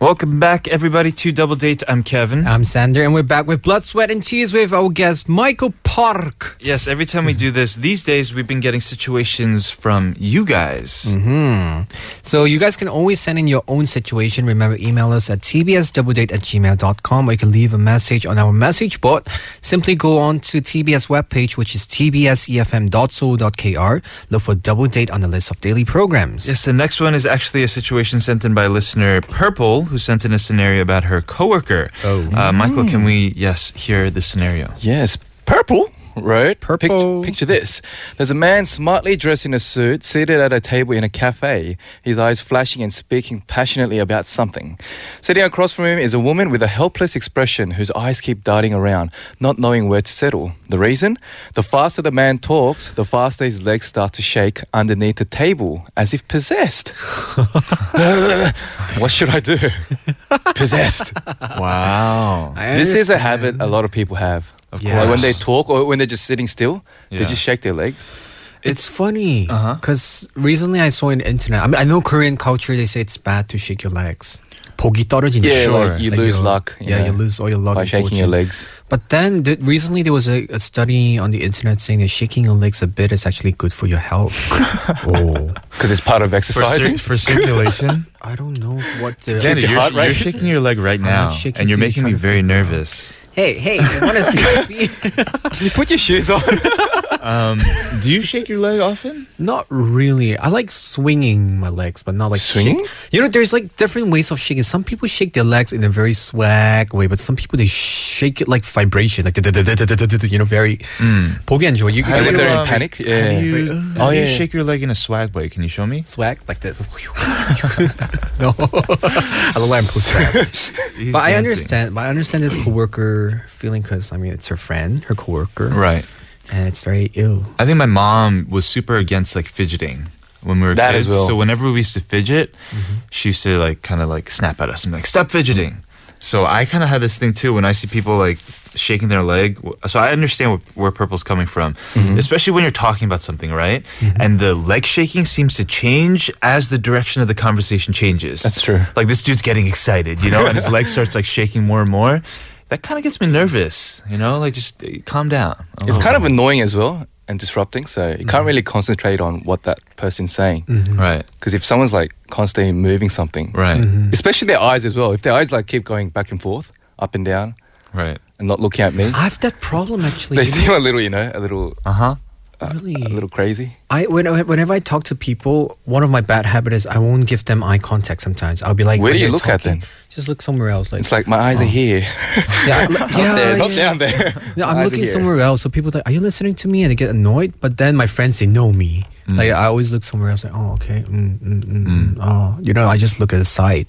[SPEAKER 3] Welcome back, everybody, to Double Date. I'm Kevin.
[SPEAKER 2] I'm Sander, and we're back with Blood, Sweat, and Tears with our guest Michael Park.
[SPEAKER 3] Yes, every time we do this, these days we've been getting situations from you guys.
[SPEAKER 2] Hmm. So you guys can always send in your own situation. Remember, email us at tbsdoubledate at gmail.com or you can leave a message on our message board. Simply go on to TBS webpage, which is tbsefm.so.kr. Look for Double Date on the list of daily programs.
[SPEAKER 3] Yes, the next one is actually a situation sent in by listener Purple, who sent in a scenario about her coworker.
[SPEAKER 2] Oh.
[SPEAKER 3] uh, Michael, can we yes hear the scenario?
[SPEAKER 8] Yes, purple. Right? Pic-
[SPEAKER 2] Purple.
[SPEAKER 8] picture this. There's a man smartly dressed in a suit, seated at a table in a cafe, his eyes flashing and speaking passionately about something. Sitting across from him is a woman with a helpless expression whose eyes keep darting around, not knowing where to settle. The reason? The faster the man talks, the faster his legs start to shake underneath the table, as if possessed. what should I do? possessed.
[SPEAKER 3] Wow.
[SPEAKER 2] I
[SPEAKER 8] This is a
[SPEAKER 2] understand.
[SPEAKER 8] habit a lot of people have. Of
[SPEAKER 2] course.
[SPEAKER 8] when they talk or when they're just sitting still, they
[SPEAKER 3] Yeah.
[SPEAKER 8] just shake their legs.
[SPEAKER 2] It's funny
[SPEAKER 8] Uh-huh.
[SPEAKER 2] because recently I saw on the internet. I mean, I know Korean culture. They say it's bad to shake your legs. 복이 떨어지니까.
[SPEAKER 8] Yeah, like you lose
[SPEAKER 2] your-
[SPEAKER 8] luck, you
[SPEAKER 2] Yeah, you
[SPEAKER 8] know,
[SPEAKER 2] lose all your luck
[SPEAKER 8] by
[SPEAKER 2] and
[SPEAKER 8] shaking your
[SPEAKER 2] fortune.
[SPEAKER 8] legs.
[SPEAKER 2] But then th- recently there was a, a study on the internet saying that shaking your legs a bit is actually good for your health. oh,
[SPEAKER 8] Because it's part of
[SPEAKER 3] For,
[SPEAKER 8] exercising.
[SPEAKER 3] cir- for circulation,
[SPEAKER 2] I don't know what. The,
[SPEAKER 3] Xander,
[SPEAKER 8] your
[SPEAKER 3] you're,
[SPEAKER 8] heart
[SPEAKER 3] you're
[SPEAKER 8] rate.
[SPEAKER 3] shaking your leg right
[SPEAKER 2] not
[SPEAKER 3] now,
[SPEAKER 2] shaking
[SPEAKER 3] and you're
[SPEAKER 2] to you,
[SPEAKER 3] making
[SPEAKER 2] trying
[SPEAKER 3] me
[SPEAKER 2] to
[SPEAKER 3] very
[SPEAKER 2] figure it out.
[SPEAKER 3] nervous.
[SPEAKER 2] hey, hey, I want to see my feet.
[SPEAKER 8] you put your shoes on.
[SPEAKER 3] Do you shake your leg often?
[SPEAKER 2] Not really. I like swinging my legs, but not like
[SPEAKER 8] Swinging?
[SPEAKER 2] Shake. You know, there's like different ways of shaking. Some people shake their legs in a very swag way, but some people they shake it like vibration, like da-da-da-da-da-da-da-da, you know, very. 보기 안 좋아. You
[SPEAKER 8] As if
[SPEAKER 2] you-
[SPEAKER 8] they're in
[SPEAKER 3] um,
[SPEAKER 8] panic.
[SPEAKER 3] How
[SPEAKER 8] Yeah.
[SPEAKER 3] do you,
[SPEAKER 2] It's
[SPEAKER 3] how do
[SPEAKER 8] oh,
[SPEAKER 3] you
[SPEAKER 8] yeah, yeah.
[SPEAKER 3] shake your leg in a swag way? Can you show me?
[SPEAKER 2] swag like this. no, I look like I'm possessed.
[SPEAKER 3] He's
[SPEAKER 2] but I
[SPEAKER 3] dancing.
[SPEAKER 2] understand. But I understand this coworker feeling because I mean it's her friend, her coworker,
[SPEAKER 3] Right.
[SPEAKER 2] and it's very ill.
[SPEAKER 3] I think my mom was super against like fidgeting when we were
[SPEAKER 8] That as
[SPEAKER 3] kids.
[SPEAKER 8] well. Mm-hmm.
[SPEAKER 3] So whenever we used to fidget, she used to like kind of like snap at us and be like, "Stop fidgeting." So I kind of had this thing too when I see people like shaking their leg. w- So I understand wh- where purple's coming from,
[SPEAKER 8] Mm-hmm.
[SPEAKER 3] especially when you're talking about something, right? And the leg shaking seems to change as the direction of the conversation changes.
[SPEAKER 8] That's true.
[SPEAKER 3] Like this dude's getting excited, you know, and his leg starts like shaking more and more. That kind of gets me nervous, you know. Like just uh, calm down. a
[SPEAKER 8] It's
[SPEAKER 3] little
[SPEAKER 8] kind of
[SPEAKER 2] Oh.
[SPEAKER 3] bit.
[SPEAKER 8] annoying as well and disrupting. So you
[SPEAKER 2] Mm-hmm.
[SPEAKER 8] can't really concentrate on what that person's saying. Because
[SPEAKER 3] right,
[SPEAKER 8] if someone's like constantly moving something,
[SPEAKER 3] right,
[SPEAKER 8] especially their eyes as well, if their eyes like keep going back and forth, up and down,
[SPEAKER 3] right.
[SPEAKER 8] and not looking at me,
[SPEAKER 2] I have that problem actually.
[SPEAKER 8] they
[SPEAKER 2] you
[SPEAKER 8] seem a little, you know, a little,
[SPEAKER 3] Uh
[SPEAKER 2] Uh-huh.
[SPEAKER 3] huh.
[SPEAKER 2] know, really,
[SPEAKER 8] a little crazy.
[SPEAKER 2] I when, whenever I talk to people, one of my bad habits is I won't give them eye contact. Sometimes I'll be like,
[SPEAKER 8] Where
[SPEAKER 2] when
[SPEAKER 8] do you
[SPEAKER 2] they're
[SPEAKER 8] look at
[SPEAKER 2] talking,
[SPEAKER 8] them?
[SPEAKER 2] Just look somewhere else. Like,
[SPEAKER 8] It's like my eyes are here,
[SPEAKER 2] yeah, Oh. yeah,
[SPEAKER 8] not there, not
[SPEAKER 2] yeah.
[SPEAKER 8] down there.
[SPEAKER 2] No,
[SPEAKER 8] My eyes
[SPEAKER 2] I'm
[SPEAKER 8] are
[SPEAKER 2] looking
[SPEAKER 8] here.
[SPEAKER 2] somewhere else. So people are like, are you listening to me? And they get annoyed. But then my friends they know me.
[SPEAKER 8] Mm.
[SPEAKER 2] Like I always look somewhere else. Like oh okay, mm, mm, mm, mm. oh you know I just look at the side.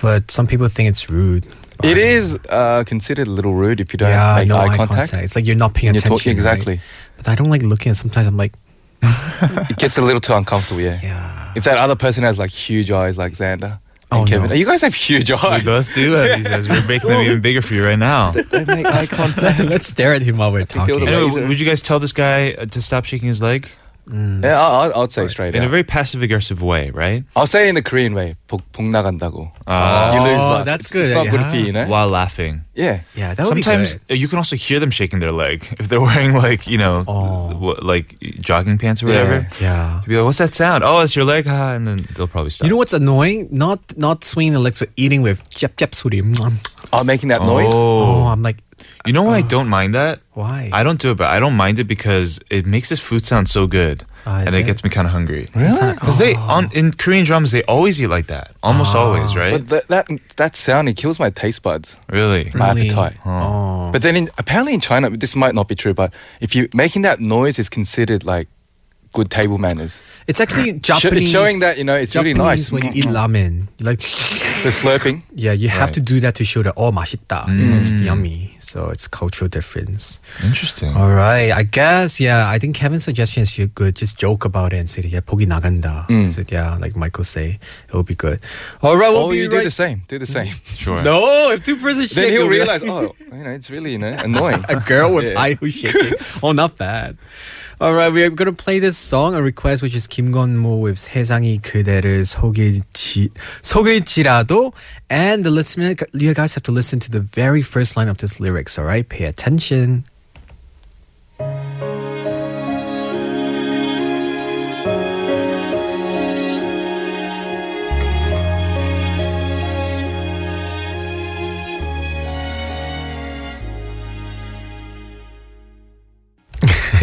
[SPEAKER 2] But some people think it's rude.
[SPEAKER 8] Mm. It is uh, considered a little rude if you don't
[SPEAKER 2] yeah,
[SPEAKER 8] make
[SPEAKER 2] no
[SPEAKER 8] eye contact.
[SPEAKER 2] It's like you're not paying
[SPEAKER 8] You're
[SPEAKER 2] attention.
[SPEAKER 8] talking-
[SPEAKER 2] right?
[SPEAKER 8] exactly.
[SPEAKER 2] But I don't like looking. at Sometimes I'm like
[SPEAKER 8] It gets a little too uncomfortable, yeah.
[SPEAKER 2] yeah.
[SPEAKER 8] If that other person has like huge eyes, like Xander and
[SPEAKER 2] Oh,
[SPEAKER 8] Kevin,
[SPEAKER 2] no.
[SPEAKER 8] you guys have huge eyes.
[SPEAKER 3] We both do have these eyes. We're making them even bigger for you right now.
[SPEAKER 8] Don't make eye contact.
[SPEAKER 2] Let's stare at him while we're
[SPEAKER 8] Take the
[SPEAKER 2] talking.
[SPEAKER 8] other
[SPEAKER 3] Anyway,
[SPEAKER 8] Laser.
[SPEAKER 3] would you guys tell this guy uh, to stop shaking his leg?
[SPEAKER 8] Yeah, I, I- I'd say straight
[SPEAKER 3] in a
[SPEAKER 8] out.
[SPEAKER 3] very passive aggressive way, right?
[SPEAKER 8] I'll say it in the Korean way. 복, 복 나간다고.
[SPEAKER 3] Ah.
[SPEAKER 8] you lose life.
[SPEAKER 2] that's
[SPEAKER 8] It's- It's
[SPEAKER 2] good,
[SPEAKER 8] not good
[SPEAKER 2] yeah.
[SPEAKER 8] for you, you know?
[SPEAKER 3] While laughing.
[SPEAKER 8] Yeah.
[SPEAKER 2] Yeah, that would
[SPEAKER 3] Sometimes
[SPEAKER 2] be good.
[SPEAKER 3] uh, you can also hear them shaking their leg if they're wearing like you know wha- like jogging pants or
[SPEAKER 8] Yeah.
[SPEAKER 3] whatever.
[SPEAKER 2] Yeah.
[SPEAKER 3] You'd be like, "What's that sound? Oh, it's your leg!" Ah, and then they'll probably stop.
[SPEAKER 2] You know what's annoying? Not not swinging the legs, but eating with jap jap suri.
[SPEAKER 8] Oh, making that noise.
[SPEAKER 2] Oh,
[SPEAKER 3] Oh,
[SPEAKER 2] I'm like,
[SPEAKER 3] you know why I don't mind that?
[SPEAKER 2] Why?
[SPEAKER 3] I don't do it, but I don't mind it because it makes this food sound so good,
[SPEAKER 2] Ah, is
[SPEAKER 3] and it,
[SPEAKER 2] it?
[SPEAKER 3] gets me kind of hungry.
[SPEAKER 8] Really? Oh.
[SPEAKER 3] Because they on in Korean dramas they always eat like that, almost always, right?
[SPEAKER 8] Ah. But that, that that sound it kills my taste buds,
[SPEAKER 3] really?
[SPEAKER 8] my
[SPEAKER 2] Really? Oh.
[SPEAKER 8] appetite. But then in, apparently in China, this might not be true, but if you making that noise is considered like good table manners.
[SPEAKER 2] it's actually
[SPEAKER 8] it's
[SPEAKER 2] Japanese.
[SPEAKER 8] showing that, you know, it's really
[SPEAKER 2] Japanese
[SPEAKER 8] nice.
[SPEAKER 2] when you eat ramen. You Like,
[SPEAKER 8] The slurping.
[SPEAKER 2] yeah, you have
[SPEAKER 8] Right. Mm.
[SPEAKER 2] to do that to show that oh, mashita, it's yummy. So it's cultural difference.
[SPEAKER 3] Interesting.
[SPEAKER 8] Oh.
[SPEAKER 2] All right, I guess yeah. I think Kevin's suggestion is good. Just joke about it and say yeah, 보기 나간다.
[SPEAKER 8] Mm.
[SPEAKER 2] I said yeah, like Michael say, it will be good. All right, we'll
[SPEAKER 8] Oh,
[SPEAKER 2] be
[SPEAKER 8] you
[SPEAKER 2] right.
[SPEAKER 8] do the same. Do the same.
[SPEAKER 3] Sure.
[SPEAKER 2] No, if two persons shake,
[SPEAKER 8] then he'll
[SPEAKER 2] it'll be
[SPEAKER 8] realize,
[SPEAKER 2] like-
[SPEAKER 8] oh, you know, it's really you know annoying.
[SPEAKER 2] a girl with
[SPEAKER 8] Yeah.
[SPEAKER 2] eye who's shaking. oh, not bad. All right, we are going to play this song, a request, which is Kim Gonmo with 세상이 그대를 속일지, 속일지라도. And the listener, you guys have to listen to the very first line of this lyrics, all right? Pay attention.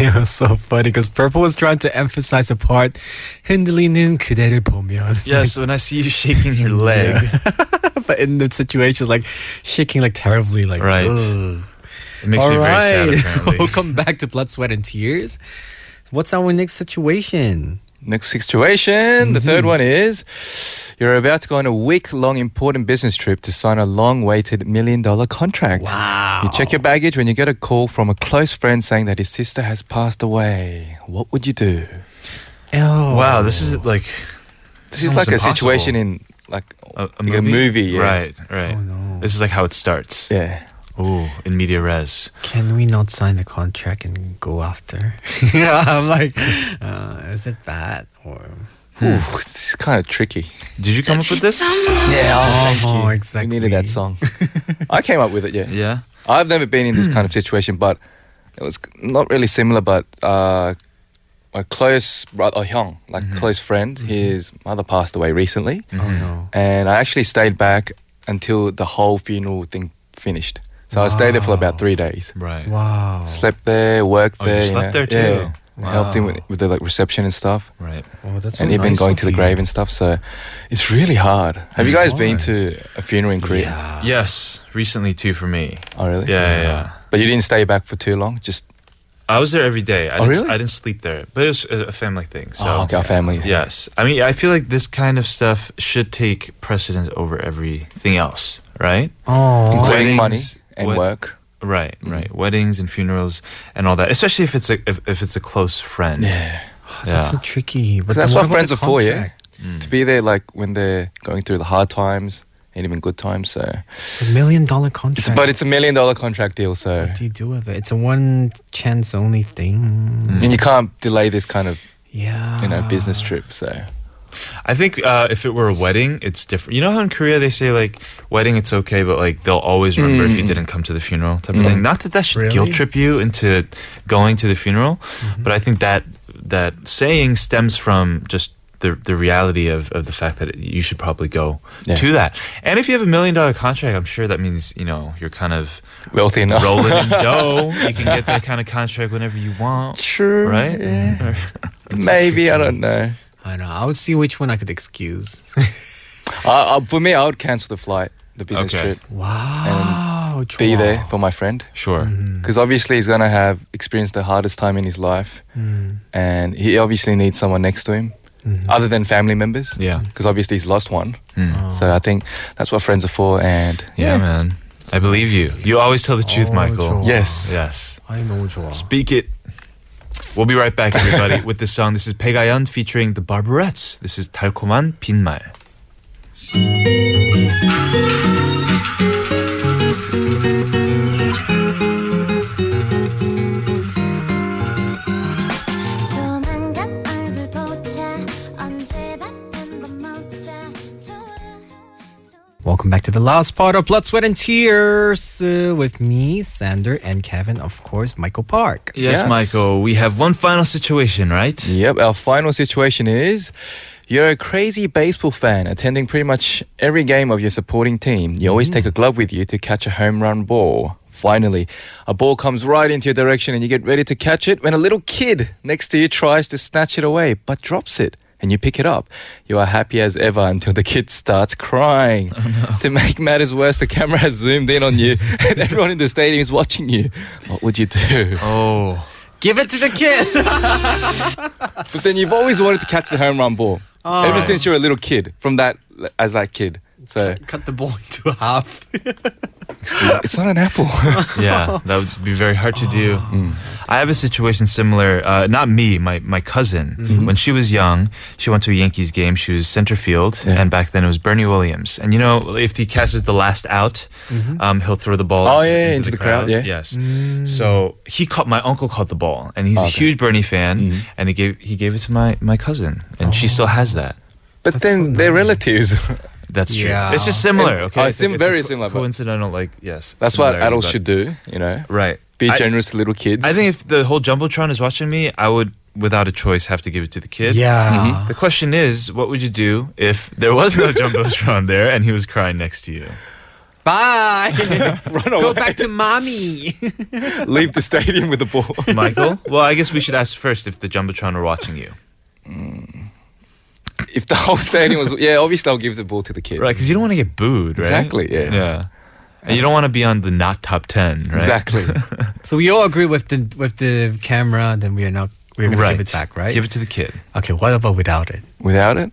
[SPEAKER 2] it was so funny because Purple was trying to emphasize the part 흔들리는 그대를 보면.
[SPEAKER 3] Yes, when I see you shaking your leg,
[SPEAKER 2] but in the situations like shaking like terribly, like
[SPEAKER 3] Right.
[SPEAKER 2] ugh.
[SPEAKER 3] it makes me very sad. Apparently.
[SPEAKER 8] Oh,
[SPEAKER 2] Welcome back to Blood, Sweat, and Tears. What's our next situation?
[SPEAKER 8] Next situation. The
[SPEAKER 2] Mm-hmm.
[SPEAKER 8] third one is you're about to go on a week long important business trip to sign a long waited million dollar contract. Wow. You check your baggage when you get a call from a close friend saying that his sister has passed away. What would you do?
[SPEAKER 2] Oh,
[SPEAKER 3] Wow, this is like
[SPEAKER 8] This is like a situation in like
[SPEAKER 3] a, a
[SPEAKER 8] like a movie, yeah.
[SPEAKER 3] right?
[SPEAKER 2] Oh,
[SPEAKER 3] Right.
[SPEAKER 2] no.
[SPEAKER 3] This is like how it starts.
[SPEAKER 8] Yeah.
[SPEAKER 3] Oh, in media res.
[SPEAKER 2] Can we not sign the contract and go after? yeah, I'm like, uh, is it bad or? Hmm.
[SPEAKER 8] Ooh, this is kind of tricky.
[SPEAKER 3] Did you come up with this?
[SPEAKER 8] Yeah,
[SPEAKER 2] Oh,
[SPEAKER 8] I
[SPEAKER 2] exactly.
[SPEAKER 8] needed that song. I came up with it, yeah.
[SPEAKER 3] Yeah.
[SPEAKER 8] I've never been in this kind of situation, but it was not really similar. But uh, my close brother, oh, Hyung, like close friend, his mother passed away recently,
[SPEAKER 2] Oh no.
[SPEAKER 8] and I actually stayed back until the whole funeral thing finished. So I stayed there for about three days.
[SPEAKER 3] Right.
[SPEAKER 2] Wow.
[SPEAKER 8] Slept there, worked
[SPEAKER 3] Oh, you
[SPEAKER 8] there.
[SPEAKER 3] slept there too?
[SPEAKER 8] Yeah. Helped him with, with the like reception and stuff,
[SPEAKER 3] Right.
[SPEAKER 2] Oh, that's so
[SPEAKER 8] and even
[SPEAKER 2] nice
[SPEAKER 8] going
[SPEAKER 2] of
[SPEAKER 8] to the
[SPEAKER 2] you.
[SPEAKER 8] grave and stuff. So it's really hard. Have you guys
[SPEAKER 2] It's
[SPEAKER 8] been
[SPEAKER 2] hard.
[SPEAKER 8] to a funeral in Korea?
[SPEAKER 2] Yeah.
[SPEAKER 3] Yes, recently too for me.
[SPEAKER 8] Oh,
[SPEAKER 3] Yeah,
[SPEAKER 8] really?
[SPEAKER 3] yeah. yeah.
[SPEAKER 8] But you didn't stay back for too long. Just
[SPEAKER 3] I was there every day. I
[SPEAKER 8] Oh,
[SPEAKER 3] didn't,
[SPEAKER 8] really?
[SPEAKER 3] I didn't sleep there, but it was a a family thing. So.
[SPEAKER 8] oh, okay, our family.
[SPEAKER 3] Yes, I mean I feel like this kind of stuff should take precedence over everything else, right?
[SPEAKER 2] Oh.
[SPEAKER 8] including money
[SPEAKER 3] Weddings,
[SPEAKER 8] and
[SPEAKER 3] wed-
[SPEAKER 8] work.
[SPEAKER 3] Right,
[SPEAKER 8] Mm.
[SPEAKER 3] right. Weddings and funerals and all that, especially if it's a if, if it's a close friend.
[SPEAKER 8] Yeah,
[SPEAKER 2] That's so
[SPEAKER 3] Yeah.
[SPEAKER 2] tricky. But
[SPEAKER 8] that's
[SPEAKER 2] then
[SPEAKER 8] what
[SPEAKER 2] about
[SPEAKER 8] friends
[SPEAKER 2] the
[SPEAKER 8] are for. Yeah, Mm.
[SPEAKER 2] contract?
[SPEAKER 8] to be there like when they're going through the hard times and even good times. So,
[SPEAKER 2] A million dollar contract.
[SPEAKER 8] it's, but it's a million dollar contract deal. So,
[SPEAKER 2] What do you do with it? It's a one chance only thing.
[SPEAKER 8] and you Ah. can't delay this kind of
[SPEAKER 2] Yeah.
[SPEAKER 8] you know Hmm. business trip. So,
[SPEAKER 3] I think uh, if it were a wedding, it's different. You know how in Korea they say like wedding, it's okay, but like they'll always remember if you didn't come to the funeral type of thing. Not that that should
[SPEAKER 2] Really?
[SPEAKER 3] guilt trip you into going to the funeral, but I think that that saying stems from just the the reality of, of the fact that you should probably go
[SPEAKER 8] Yeah.
[SPEAKER 3] to that. And if you have a million dollar contract, I'm sure that means you know you're kind of
[SPEAKER 8] wealthy enough.
[SPEAKER 3] rolling in dough. You can get that kind of contract whenever you want,
[SPEAKER 8] True,
[SPEAKER 3] right?
[SPEAKER 8] Maybe I don't know.
[SPEAKER 2] I know. I would see which one I could excuse.
[SPEAKER 8] I, I, for me, I would cancel the flight, the business
[SPEAKER 3] Okay.
[SPEAKER 8] trip,
[SPEAKER 2] Wow.
[SPEAKER 8] be
[SPEAKER 2] 좋아.
[SPEAKER 8] there for my friend.
[SPEAKER 3] Sure.
[SPEAKER 8] because obviously he's gonna have experienced the hardest time in his life,
[SPEAKER 3] Mm.
[SPEAKER 8] and he obviously needs someone next to him, other than family members.
[SPEAKER 3] Mm-hmm. Yeah.
[SPEAKER 8] because obviously he's lost one.
[SPEAKER 3] Mm.
[SPEAKER 8] So I think that's what friends are for. And
[SPEAKER 3] Yeah, man. I believe you. You always tell the truth,
[SPEAKER 2] Oh,
[SPEAKER 3] Michael.
[SPEAKER 2] Joel.
[SPEAKER 8] yes,
[SPEAKER 3] Yes.
[SPEAKER 2] 아이 너무 좋아.
[SPEAKER 3] Speak it. We'll be right back, everybody, with this song. This is Pegayon featuring the Barbarettes. This is 달콤한 빈말.
[SPEAKER 1] 조만간
[SPEAKER 2] Welcome back to the last part of Blood, Sweat, and Tears uh, with me, Sander, and Kevin, of course, Michael Park.
[SPEAKER 3] Yes,
[SPEAKER 8] Yes.
[SPEAKER 3] Michael, we have one final situation, right?
[SPEAKER 8] Yep, our final situation is you're a crazy baseball fan attending pretty much every game of your supporting team. You always take a glove with you to catch a home run ball. Finally, a ball comes right into your direction and you get ready to catch it when a little kid next to you tries to snatch it away but drops it. And you pick it up. You are happy as ever until the kid starts crying. To make matters worse, the camera has zoomed in on you and everyone in the stadium is watching you. What would you do?
[SPEAKER 3] Oh. Give it to the kid.
[SPEAKER 8] But then you've always wanted to catch the home run ball ever since you were a little kid. From that, as that kid. So
[SPEAKER 2] Cut the ball into half.
[SPEAKER 8] it's not an apple.
[SPEAKER 3] yeah, that would be very hard to do.
[SPEAKER 8] Oh.
[SPEAKER 3] I have a situation similar. Uh, not me, my my cousin.
[SPEAKER 8] Mm-hmm.
[SPEAKER 3] When she was young, she went to a Yankees game. She was center field,
[SPEAKER 8] Yeah.
[SPEAKER 3] and back then it was Bernie Williams. And you know, if he catches the last out, um, he'll throw the ball.
[SPEAKER 8] Mm-hmm. Oh, yeah, yeah, into the crowd, yeah. Mm.
[SPEAKER 3] Yes. So he caught my uncle caught the ball, and he's a huge Bernie fan,
[SPEAKER 8] Mm-hmm.
[SPEAKER 3] and he gave he gave it to my my cousin, and
[SPEAKER 8] Oh.
[SPEAKER 3] she still has that.
[SPEAKER 8] But then they're relatives.
[SPEAKER 3] That's true.
[SPEAKER 2] Yeah.
[SPEAKER 3] It's just similar.
[SPEAKER 8] And-
[SPEAKER 3] Okay,
[SPEAKER 8] oh,
[SPEAKER 3] It's
[SPEAKER 8] sim-
[SPEAKER 3] a- it's a
[SPEAKER 8] very
[SPEAKER 3] co-
[SPEAKER 8] similar, but-
[SPEAKER 3] Coincidental, like yes.
[SPEAKER 8] That's what
[SPEAKER 3] similarity,
[SPEAKER 8] adults
[SPEAKER 3] but-
[SPEAKER 8] should do. You know,
[SPEAKER 3] Right.
[SPEAKER 8] be
[SPEAKER 3] I-
[SPEAKER 8] generous to little kids.
[SPEAKER 3] I think if the whole jumbotron is watching me, I would, without a choice, have to give it to the kid.
[SPEAKER 8] Mm-hmm.
[SPEAKER 2] Yeah.
[SPEAKER 3] The question is, what would you do if there was no jumbotron there and he was crying next to you?
[SPEAKER 2] Bye.
[SPEAKER 8] run
[SPEAKER 2] Go
[SPEAKER 8] away,
[SPEAKER 2] back to mommy.
[SPEAKER 8] leave the stadium with the ball.
[SPEAKER 3] Michael? well, I guess we should ask first if the jumbotron were watching you,
[SPEAKER 8] if the whole stadium was, yeah, obviously I'll give the ball to the kid.
[SPEAKER 3] right? Because you don't want to get booed, right?
[SPEAKER 8] Exactly, yeah.
[SPEAKER 3] Yeah. And you don't want to be on the not top ten, right?
[SPEAKER 8] Exactly.
[SPEAKER 2] so we all agree with the with the camera. Then we are now we're gonna
[SPEAKER 3] Right.
[SPEAKER 2] give it back, right?
[SPEAKER 3] Give it to the kid.
[SPEAKER 2] okay. What about without it?
[SPEAKER 8] Without it,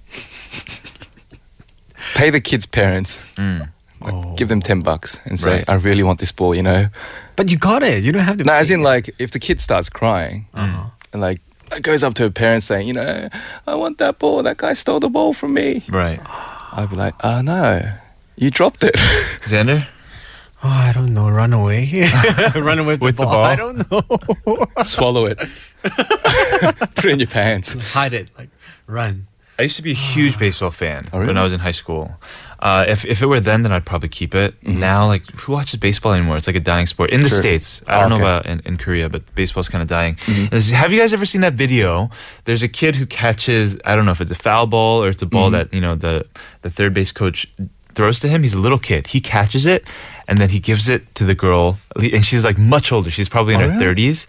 [SPEAKER 8] pay the kid's parents. Like,
[SPEAKER 2] Oh.
[SPEAKER 8] Give them ten bucks and say,
[SPEAKER 3] Oh. Right.
[SPEAKER 8] "I really want this ball," you know.
[SPEAKER 2] But you got it. You don't have to.
[SPEAKER 8] No,
[SPEAKER 2] pay.
[SPEAKER 8] as in like if the kid starts crying
[SPEAKER 2] Uh-huh.
[SPEAKER 8] and like goes up to her parents saying, you know, I want that ball. That guy stole the ball from me.
[SPEAKER 3] Right.
[SPEAKER 8] I'd be like, oh no, you dropped it.
[SPEAKER 3] Xander?
[SPEAKER 2] oh, I don't know. Run away. run away with,
[SPEAKER 3] With the
[SPEAKER 2] the, ball.
[SPEAKER 3] ball?
[SPEAKER 2] I don't know.
[SPEAKER 8] Swallow it. Put it in your pants.
[SPEAKER 2] Hide it. Like run.
[SPEAKER 3] I used to be a huge baseball fan
[SPEAKER 8] Oh, really?
[SPEAKER 3] when I was in high school. Uh, if if it were then, then I'd probably keep it.
[SPEAKER 8] Mm-hmm.
[SPEAKER 3] Now, like who watches baseball anymore? It's like a dying sport in the
[SPEAKER 8] True.
[SPEAKER 3] states. I
[SPEAKER 8] Oh,
[SPEAKER 3] don't know
[SPEAKER 8] okay.
[SPEAKER 3] about
[SPEAKER 8] Mm-hmm.
[SPEAKER 3] in, in Korea, but baseball's kind of dying. And this- Have you guys ever seen that video? There's a kid who catches. I don't know if it's a foul ball or it's a ball
[SPEAKER 8] Mm-hmm.
[SPEAKER 3] that you know the the third base coach throws to him. He's a little kid. He catches it and then he gives it to the girl, and she's like much older. She's probably in
[SPEAKER 8] Oh,
[SPEAKER 3] her
[SPEAKER 8] really?
[SPEAKER 3] thirties,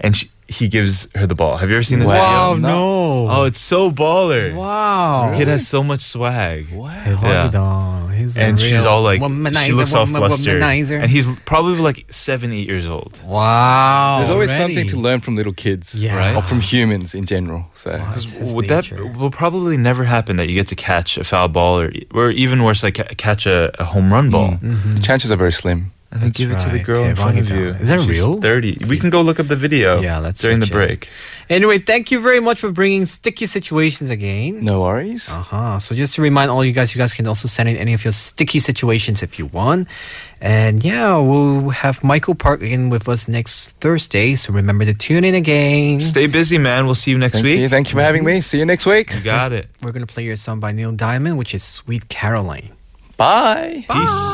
[SPEAKER 3] and she, he gives her the ball. Have you ever seen this
[SPEAKER 8] Wow.
[SPEAKER 2] Wow.
[SPEAKER 8] Yeah,
[SPEAKER 3] video?
[SPEAKER 2] no.
[SPEAKER 3] Oh, it's so baller.
[SPEAKER 2] wow.
[SPEAKER 3] Kid has so much swag.
[SPEAKER 2] 대박이다. He's a
[SPEAKER 3] And she's
[SPEAKER 2] real
[SPEAKER 3] all like,
[SPEAKER 2] womanizer,
[SPEAKER 3] she looks all
[SPEAKER 2] woman-
[SPEAKER 3] flustered.
[SPEAKER 2] womanizer.
[SPEAKER 3] And he's probably like seven, eight years old.
[SPEAKER 2] wow.
[SPEAKER 8] There's always
[SPEAKER 2] already.
[SPEAKER 8] something to learn from little kids,
[SPEAKER 2] Yeah.
[SPEAKER 8] or from humans in general. So
[SPEAKER 2] That's his
[SPEAKER 3] Would
[SPEAKER 2] nature.
[SPEAKER 3] that will probably never happen that you get to catch a foul ball or, or even worse, like ca- catch a, a home run ball.
[SPEAKER 8] the
[SPEAKER 2] Mm-hmm.
[SPEAKER 8] chances are very slim.
[SPEAKER 3] And then give it to the
[SPEAKER 2] right.
[SPEAKER 3] girl in front of
[SPEAKER 2] 대박이다.
[SPEAKER 3] you.
[SPEAKER 2] Is that
[SPEAKER 3] She's
[SPEAKER 2] real?
[SPEAKER 3] Thirty. We can go look up the video.
[SPEAKER 2] Yeah, let's
[SPEAKER 3] during the
[SPEAKER 2] search it.
[SPEAKER 3] break.
[SPEAKER 2] Anyway, thank you very much for bringing sticky situations again.
[SPEAKER 8] No worries.
[SPEAKER 2] Uh-huh. So just to remind all you guys, you guys can also send in any of your sticky situations if you want. And yeah, we'll have Michael Park in with us next Thursday. So remember to tune in again.
[SPEAKER 3] Stay busy, man. We'll see you next
[SPEAKER 8] Thank
[SPEAKER 3] week.
[SPEAKER 8] you. Thank you for having me. See you next week.
[SPEAKER 3] You got it.
[SPEAKER 2] We're going to play your song by Neil Diamond, which is Sweet Caroline.
[SPEAKER 8] Bye.
[SPEAKER 3] Peace.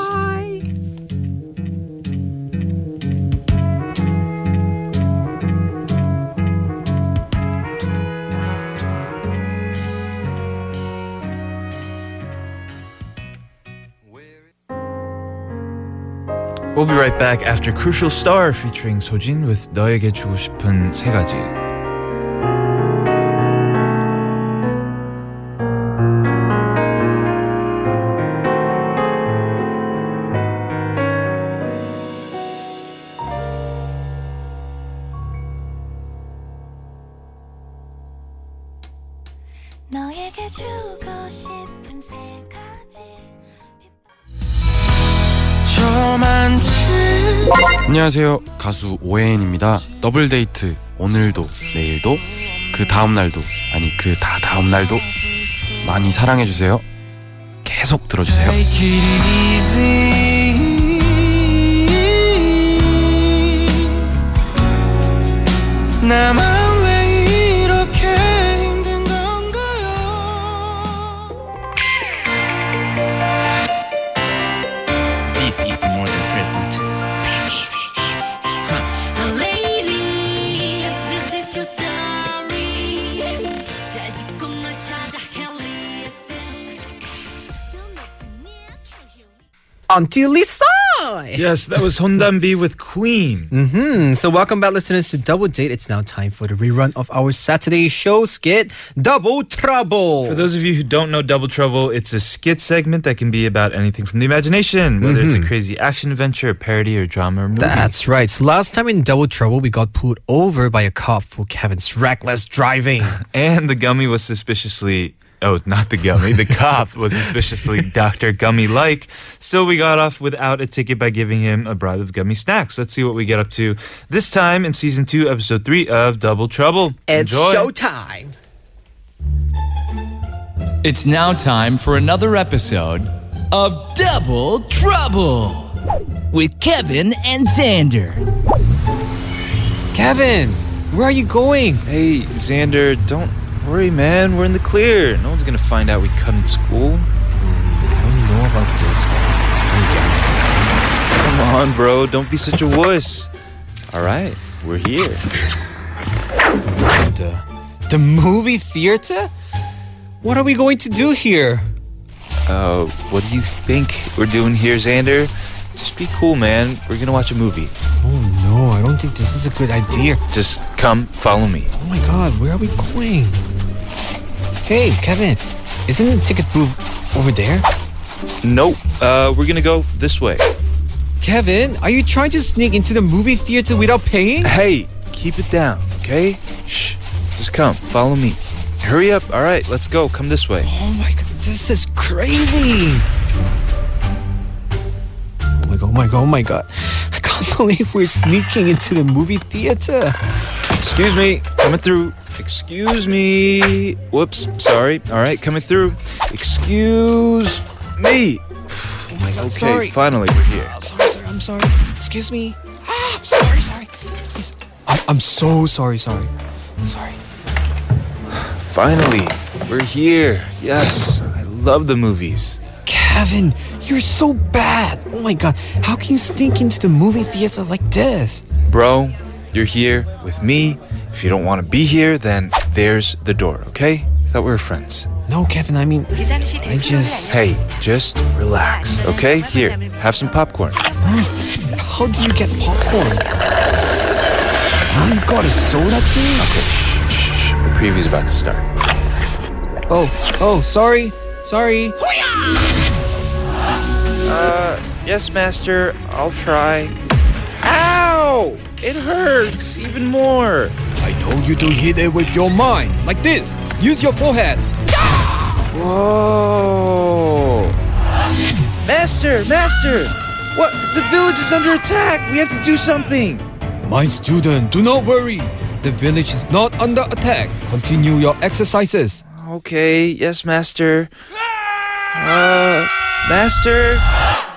[SPEAKER 3] We'll be right back after Crucial Star featuring Sojin with 너에게 주고 싶은 세 가지.
[SPEAKER 1] 너에게 주고 싶은 세 가지.
[SPEAKER 10] 안녕하세요. 가수 오혜인입니다. 더블 데이트 오늘도 내일도 그 다음 날도 아니 그 다 다음 날도 많이 사랑해 주세요. 계속 들어주세요.
[SPEAKER 1] Oh, E
[SPEAKER 2] Auntie Lisa.
[SPEAKER 3] Yes, that was Hondanbi with Queen.
[SPEAKER 2] hmm So welcome back, listeners, to Double Date. It's now time for the rerun of our Saturday show skit, Double Trouble.
[SPEAKER 3] For those of you who don't know Double Trouble, it's a skit segment that can be about anything from the imagination, whether it's a crazy action adventure, parody, or drama or movie.
[SPEAKER 2] That's right. So last time in Double Trouble, we got pulled over by a cop for Kevin's reckless driving.
[SPEAKER 3] and the gummy was suspiciously. Oh, not the gummy. The cop was suspiciously Dr. Gummy like. So we got off without a ticket by giving him a bribe of gummy snacks. Let's see what we get up to this time in season two, episode three of Double Trouble.
[SPEAKER 2] It's
[SPEAKER 3] Enjoy.
[SPEAKER 2] showtime.
[SPEAKER 11] It's now time for another episode of Double Trouble with Kevin and Xander.
[SPEAKER 2] Kevin, where are you going?
[SPEAKER 3] Hey, Xander, don't worry, man. We're in the clear. No one's going to find out we cut in school.
[SPEAKER 2] I don't know about this.
[SPEAKER 3] Come on, bro. Don't be such a wuss. All right, we're here.
[SPEAKER 2] The, the movie theater? What are we going to do here?
[SPEAKER 3] Uh, what do you think we're doing here, Xander? Just be cool, man. We're going to watch a movie.
[SPEAKER 2] Oh no, I don't think this is a good idea.
[SPEAKER 3] Just come, follow me.
[SPEAKER 2] Oh my god, where are we going? Hey, Kevin, isn't the ticket booth over there?
[SPEAKER 3] Nope. Uh, we're gonna go this way.
[SPEAKER 2] Kevin, are you trying to sneak into the movie theater without paying?
[SPEAKER 3] Hey, keep it down, okay? Shh. Just come, follow me. Hurry up. All right, let's go. Come this way.
[SPEAKER 2] Oh my god, this is crazy! Oh my god, oh my god, oh my god. I can't believe we're sneaking into the movie theater.
[SPEAKER 3] Excuse me. Coming through. Excuse me. Whoops. Sorry. All right, coming through. Excuse me.
[SPEAKER 2] Oh my god,
[SPEAKER 3] Okay,
[SPEAKER 2] sorry.
[SPEAKER 3] finally we're here.
[SPEAKER 2] Oh, sorry, sorry, I'm sorry. Excuse me. Ah, I'm sorry, sorry. Please. I'm, I'm so sorry, sorry. Sorry.
[SPEAKER 3] Finally, we're here. Yes, I love the movies.
[SPEAKER 2] Kevin, you're so bad. Oh my god, how can you sneak into the movie theater like this?
[SPEAKER 3] Bro, you're here with me. If you don't want to be here, then there's the door, okay? I thought we were friends.
[SPEAKER 2] No, Kevin, I mean, I just.
[SPEAKER 3] Hey, just relax, okay? Here, have some popcorn.
[SPEAKER 2] How do you get popcorn? Oh, you got a soda too?
[SPEAKER 3] Okay, shh, shh, shh. The preview's about to start.
[SPEAKER 2] Oh, oh, sorry, sorry.
[SPEAKER 3] Uh, Yes, master, I'll try. Ow! It hurts even more.
[SPEAKER 2] I told you to hit it with your mind, like this. Use your forehead.
[SPEAKER 3] Whoa! Master, master! What? The village is under attack! We have to do something!
[SPEAKER 2] My student, do not worry. The village is not under attack. Continue your exercises.
[SPEAKER 3] Okay, yes, master. Uh, master,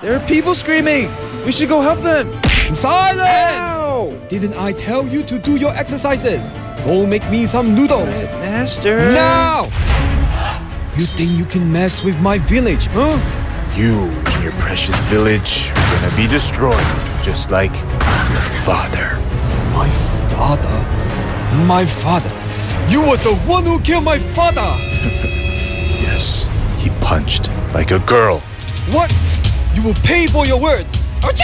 [SPEAKER 3] there are people screaming. We should go help them.
[SPEAKER 2] Silence!
[SPEAKER 3] Ow!
[SPEAKER 2] Didn't I tell you to do your exercises? Go make me some noodles.
[SPEAKER 3] Master.
[SPEAKER 2] Now! You think you can mess with my village, huh?
[SPEAKER 4] You and your precious village are gonna be destroyed, just like your father.
[SPEAKER 2] My father. My father. You were the one who killed my father!
[SPEAKER 4] Yes, he punched like a girl.
[SPEAKER 2] What? You will pay for your words! Ouchie!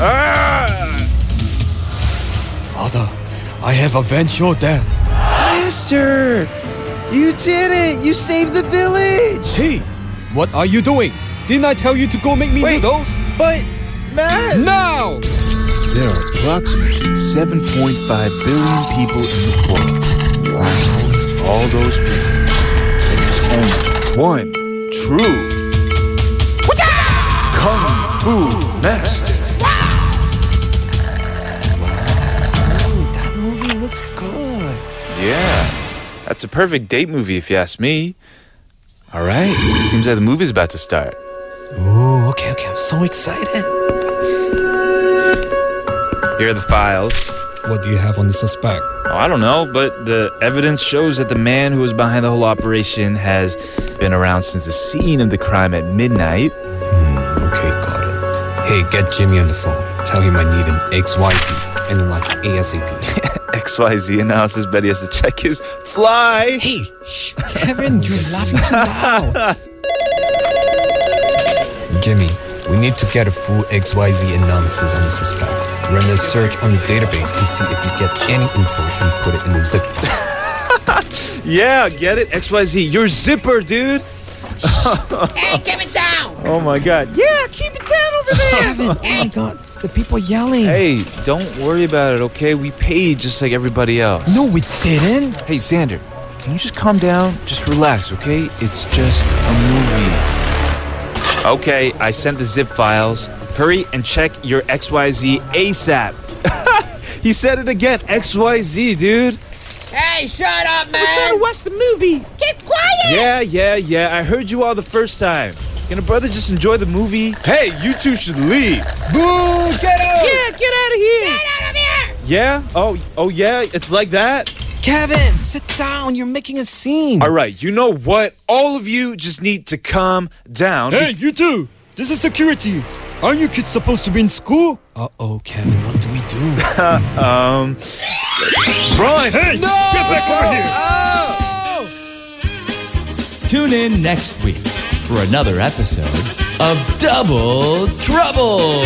[SPEAKER 2] Ah! Father, I have avenged your death.
[SPEAKER 3] Master! You did it! You saved the village!
[SPEAKER 2] Hey, what are you doing? Didn't I tell you to go make me
[SPEAKER 3] Wait.
[SPEAKER 2] noodles?
[SPEAKER 3] But, Matt!
[SPEAKER 2] Now!
[SPEAKER 3] There are approximately 7.5 billion people in the world. Wow. All those people. And It's only one true Kung Fu Master.
[SPEAKER 2] That movie looks good.
[SPEAKER 3] Yeah. That's a perfect date movie if you ask me. All right. Seems like the movie's about to start.
[SPEAKER 2] Ooh, okay, okay, I'm so excited.
[SPEAKER 3] Here are the files.
[SPEAKER 2] What do you have on the suspect?
[SPEAKER 3] Oh, I don't know, but the evidence shows that the man who was behind the whole operation has been around since the scene of the crime at midnight.
[SPEAKER 2] Okay, got it. Hey, get Jimmy on the phone. Tell him I need an XYZ. Analyze ASAP.
[SPEAKER 3] XYZ analysis. Betty has to check his fly.
[SPEAKER 2] Hey, shh, Kevin, you're laughing too loud.
[SPEAKER 12] Jimmy, we need to get a full XYZ analysis on the suspect. Run a search on the database and see if you get any info and put it in the zip.
[SPEAKER 3] yeah, get it? XYZ, your zipper, dude.
[SPEAKER 13] hey, Kevin, down!
[SPEAKER 3] Oh my god.
[SPEAKER 13] Yeah, keep it down over there! Kevin, hey,
[SPEAKER 2] God, the people yelling.
[SPEAKER 3] Hey, don't worry about it, okay? We paid just like everybody else.
[SPEAKER 2] No, we didn't.
[SPEAKER 3] Hey, Xander, can you just calm down? Just relax, okay? It's just a movie. Okay, I sent the zip files. Hurry and check your XYZ ASAP. he said it again. XYZ, dude.
[SPEAKER 13] hey, shut up, man!
[SPEAKER 14] We're trying to watch the movie.
[SPEAKER 13] Get quiet!
[SPEAKER 3] Yeah, yeah, yeah. I heard you all the first time. Can a brother just enjoy the movie? Hey, you two should leave. Boo! Get out!
[SPEAKER 14] Yeah, get out of here.
[SPEAKER 13] Get out of here!
[SPEAKER 3] Yeah? Oh, oh yeah. It's like that.
[SPEAKER 2] Kevin, sit down. You're making a scene.
[SPEAKER 3] All right. You know what? All of you just need to calm down.
[SPEAKER 15] Hey, you two! This is security. Aren't you kids supposed to be in school?
[SPEAKER 2] Uh oh, Kevin, what do we do?
[SPEAKER 3] um.
[SPEAKER 15] Brian! Hey!
[SPEAKER 3] No!
[SPEAKER 15] Get back over here!
[SPEAKER 11] Tune in next week for another episode of Double Trouble.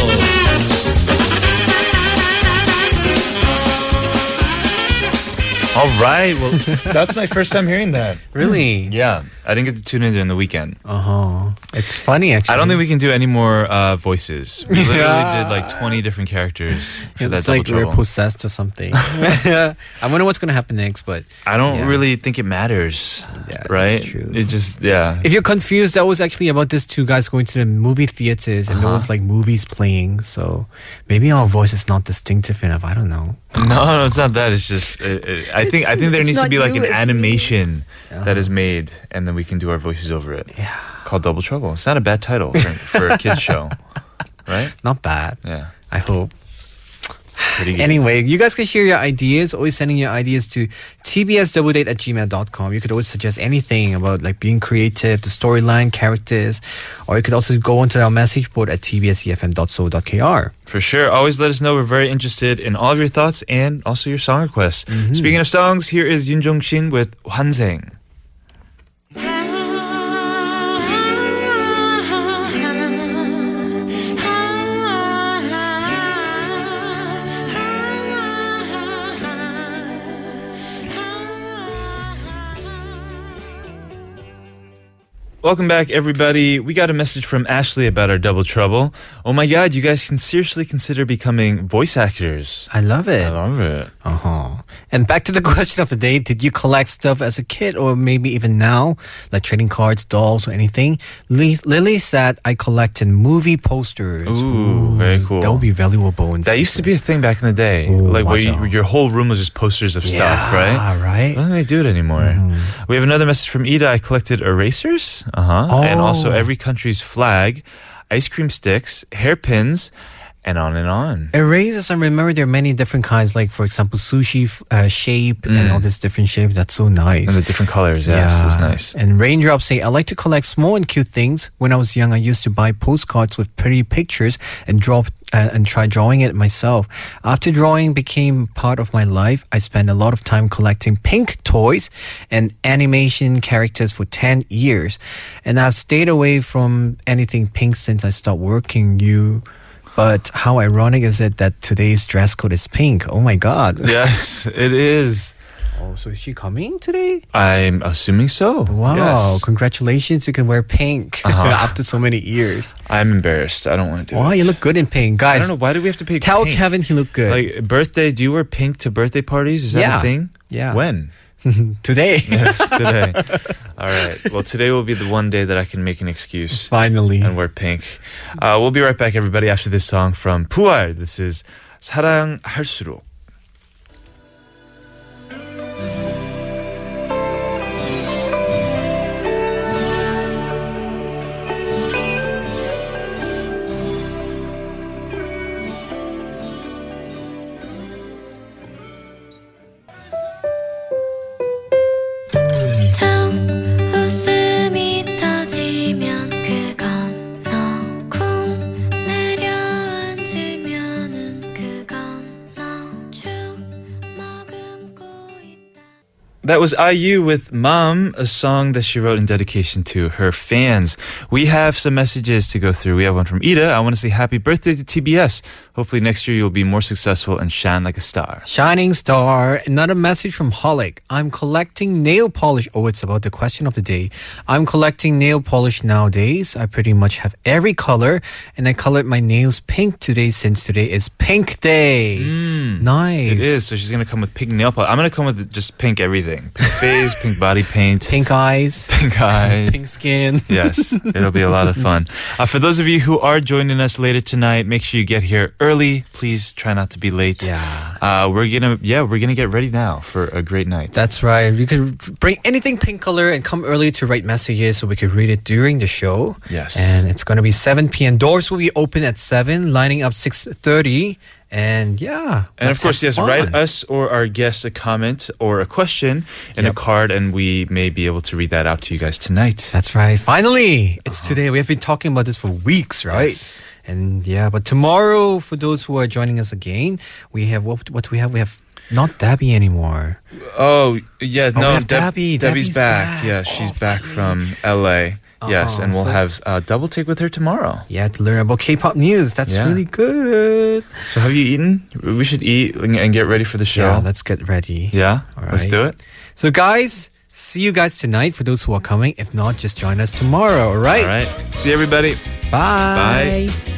[SPEAKER 3] All right. Well, that's my first time hearing that.
[SPEAKER 2] Really?
[SPEAKER 3] Yeah. I didn't get to tune in during the weekend.
[SPEAKER 2] Uh huh. It's funny, actually.
[SPEAKER 3] I don't think we can do any more uh, voices. We literally
[SPEAKER 2] Yeah.
[SPEAKER 3] did like 20 different characters for that
[SPEAKER 2] It's
[SPEAKER 3] double
[SPEAKER 2] like
[SPEAKER 3] trouble.
[SPEAKER 2] we're possessed or something. I wonder what's going to happen next, but.
[SPEAKER 3] I don't
[SPEAKER 2] Yeah.
[SPEAKER 3] really think it matters. Yeah, right? true. It just, yeah.
[SPEAKER 2] If you're confused, that was actually about these two guys going to the movie theaters and there
[SPEAKER 3] Uh-huh.
[SPEAKER 2] was like movies playing. So maybe our voice is not distinctive enough. I don't know.
[SPEAKER 3] No, no, it's not that. It's just uh, uh, I think I think there
[SPEAKER 2] it's
[SPEAKER 3] needs to
[SPEAKER 2] not
[SPEAKER 3] be like
[SPEAKER 2] you,
[SPEAKER 3] an
[SPEAKER 2] it's
[SPEAKER 3] animation that is made, and then we can do our voices over it. Yeah, called Double Trouble. It's not a bad title for, for a kids show, right?
[SPEAKER 2] Not bad.
[SPEAKER 3] Yeah,
[SPEAKER 2] I hope.
[SPEAKER 3] pretty good.
[SPEAKER 2] Anyway, you guys can share your ideas. Always sending your ideas to tbsdoubledate at gmail.com. You could always suggest anything about like being creative, the storyline, characters, or you could also go onto our message board at tbsefm.so.kr.
[SPEAKER 3] For sure. Always let us know. We're very interested in all of your thoughts and also your song requests.
[SPEAKER 2] Mm-hmm.
[SPEAKER 3] Speaking of songs, here is Yun Jong Shin with Hwanzeng. Welcome back, everybody. We got a message from Ashley about our double trouble. Oh my God, you guys can seriously consider becoming voice actors.
[SPEAKER 2] I love it. I
[SPEAKER 3] love it.
[SPEAKER 2] Uh huh. And back to the question of the day Did you collect stuff as a kid or maybe even now, like trading cards, dolls, or anything? Li- Lily said, I collected movie posters.
[SPEAKER 3] Ooh, very cool.
[SPEAKER 2] That would be valuable. In
[SPEAKER 3] That used to be a thing back in the day, like where you, your whole room was just posters of stuff, right?
[SPEAKER 2] right.
[SPEAKER 3] I don't think they do it anymore.
[SPEAKER 2] Mm-hmm.
[SPEAKER 3] We have another message from Ida. I collected erasers, uh-huh, and also
[SPEAKER 2] Oh.
[SPEAKER 3] every country's flag, ice cream sticks, hairpins, and on and on.
[SPEAKER 2] Erasers, I remember there are many different kinds, like for example, sushi f- uh, shape and all this different shape. That's so nice.
[SPEAKER 3] And the different colors, yes, it's nice.
[SPEAKER 2] And Raindrops say, I like to collect small and cute things. When I was young, I used to buy postcards with pretty pictures and draw uh, and try drawing it myself. After drawing became part of my life, I spent a lot of time collecting pink toys and animation characters for 10 years. And I've stayed away from anything pink since I stopped working you. But how ironic is it that today's dress code is pink? Oh my god.
[SPEAKER 3] yes, it is.
[SPEAKER 2] Oh, so is she coming today?
[SPEAKER 3] I'm assuming so.
[SPEAKER 2] Wow,
[SPEAKER 3] Yes.
[SPEAKER 2] congratulations. You can wear pink
[SPEAKER 3] Uh-huh.
[SPEAKER 2] after so many years.
[SPEAKER 3] I'm embarrassed. I don't want to do
[SPEAKER 2] Wow,
[SPEAKER 3] it.
[SPEAKER 2] you look good in pink. Guys,
[SPEAKER 3] I don't know. Why do we have to pay
[SPEAKER 2] tell
[SPEAKER 3] pink?
[SPEAKER 2] Kevin he looked good.
[SPEAKER 3] Like birthday, do you wear pink to birthday parties? Is that
[SPEAKER 2] Yeah.
[SPEAKER 3] a thing?
[SPEAKER 2] Yeah.
[SPEAKER 3] When?
[SPEAKER 2] today.
[SPEAKER 3] Yes, today. All right. Well, today will be the one day that I can make an excuse.
[SPEAKER 2] Finally.
[SPEAKER 3] And wear pink. Uh, we'll be right back, everybody, after this song from Puar. This is 사랑할수록.
[SPEAKER 1] 웃음이 터지면 그건 너쿵 내려앉으면은 그건 너
[SPEAKER 3] That was IU with Mom, a song that she wrote in dedication to her fans. We have some messages to go through. We have one from Ida. I want to say happy birthday to TBS. Hopefully, next year you'll be more successful and shine like a star.
[SPEAKER 2] Shining Star, another message from Holic. I'm collecting nail polish. Oh, it's about the question of the day. I'm collecting nail polish nowadays. I pretty much have every color, and I colored my nails pink today since today is Pink Day. nice.
[SPEAKER 3] Mm. It is. So she's going to come with pink nail polish. I'm going to come with just pink everything pink face, pink body paint,
[SPEAKER 2] pink eyes,
[SPEAKER 3] pink eyes,
[SPEAKER 2] pink skin.
[SPEAKER 3] yes, it'll be a lot of fun. Uh, for those of you who are joining us later tonight, make sure you get here early. Please try not to be late. Yeah. Uh, we're gonna yeah we're gonna get ready now for a great night.
[SPEAKER 2] That's right. You could bring anything pink color and come early to write messages so we could read it during the show.
[SPEAKER 3] Yes.
[SPEAKER 2] And it's going to be 7 p.m. Doors will be open at 7, lining up 6.30. And yeah.
[SPEAKER 3] And
[SPEAKER 2] let's
[SPEAKER 3] of course,
[SPEAKER 2] have
[SPEAKER 3] yes, write
[SPEAKER 2] fun.
[SPEAKER 3] us or our guests a comment or a question in a card, and we may be able to read that out to you guys tonight.
[SPEAKER 2] That's right. Finally, it's
[SPEAKER 3] Uh-huh.
[SPEAKER 2] today. We have been talking about this for weeks, right? And yeah, but tomorrow, for those who are joining us again, we have what, what do we have? We have not Dabby anymore.
[SPEAKER 3] Oh, yeah,
[SPEAKER 2] Oh, we
[SPEAKER 3] no,
[SPEAKER 2] have Debbie.
[SPEAKER 3] Debbie's,
[SPEAKER 2] Debbie's
[SPEAKER 3] back. Oh, Yeah, she's back from LA. Yes,
[SPEAKER 2] Oh,
[SPEAKER 3] and we'll
[SPEAKER 2] so-
[SPEAKER 3] have uh, double take with her tomorrow.
[SPEAKER 2] Yeah, to learn about K pop news. That's
[SPEAKER 3] Yeah.
[SPEAKER 2] really good.
[SPEAKER 3] So have you eaten? We should eat and and get ready for the show.
[SPEAKER 2] Yeah, let's get ready.
[SPEAKER 3] Yeah,
[SPEAKER 2] All
[SPEAKER 3] let's
[SPEAKER 2] right.
[SPEAKER 3] do it.
[SPEAKER 2] So, guys, see you guys tonight for those who are coming. If not, just join us tomorrow, all right?
[SPEAKER 3] All right. See everybody.
[SPEAKER 2] Bye.
[SPEAKER 3] Bye.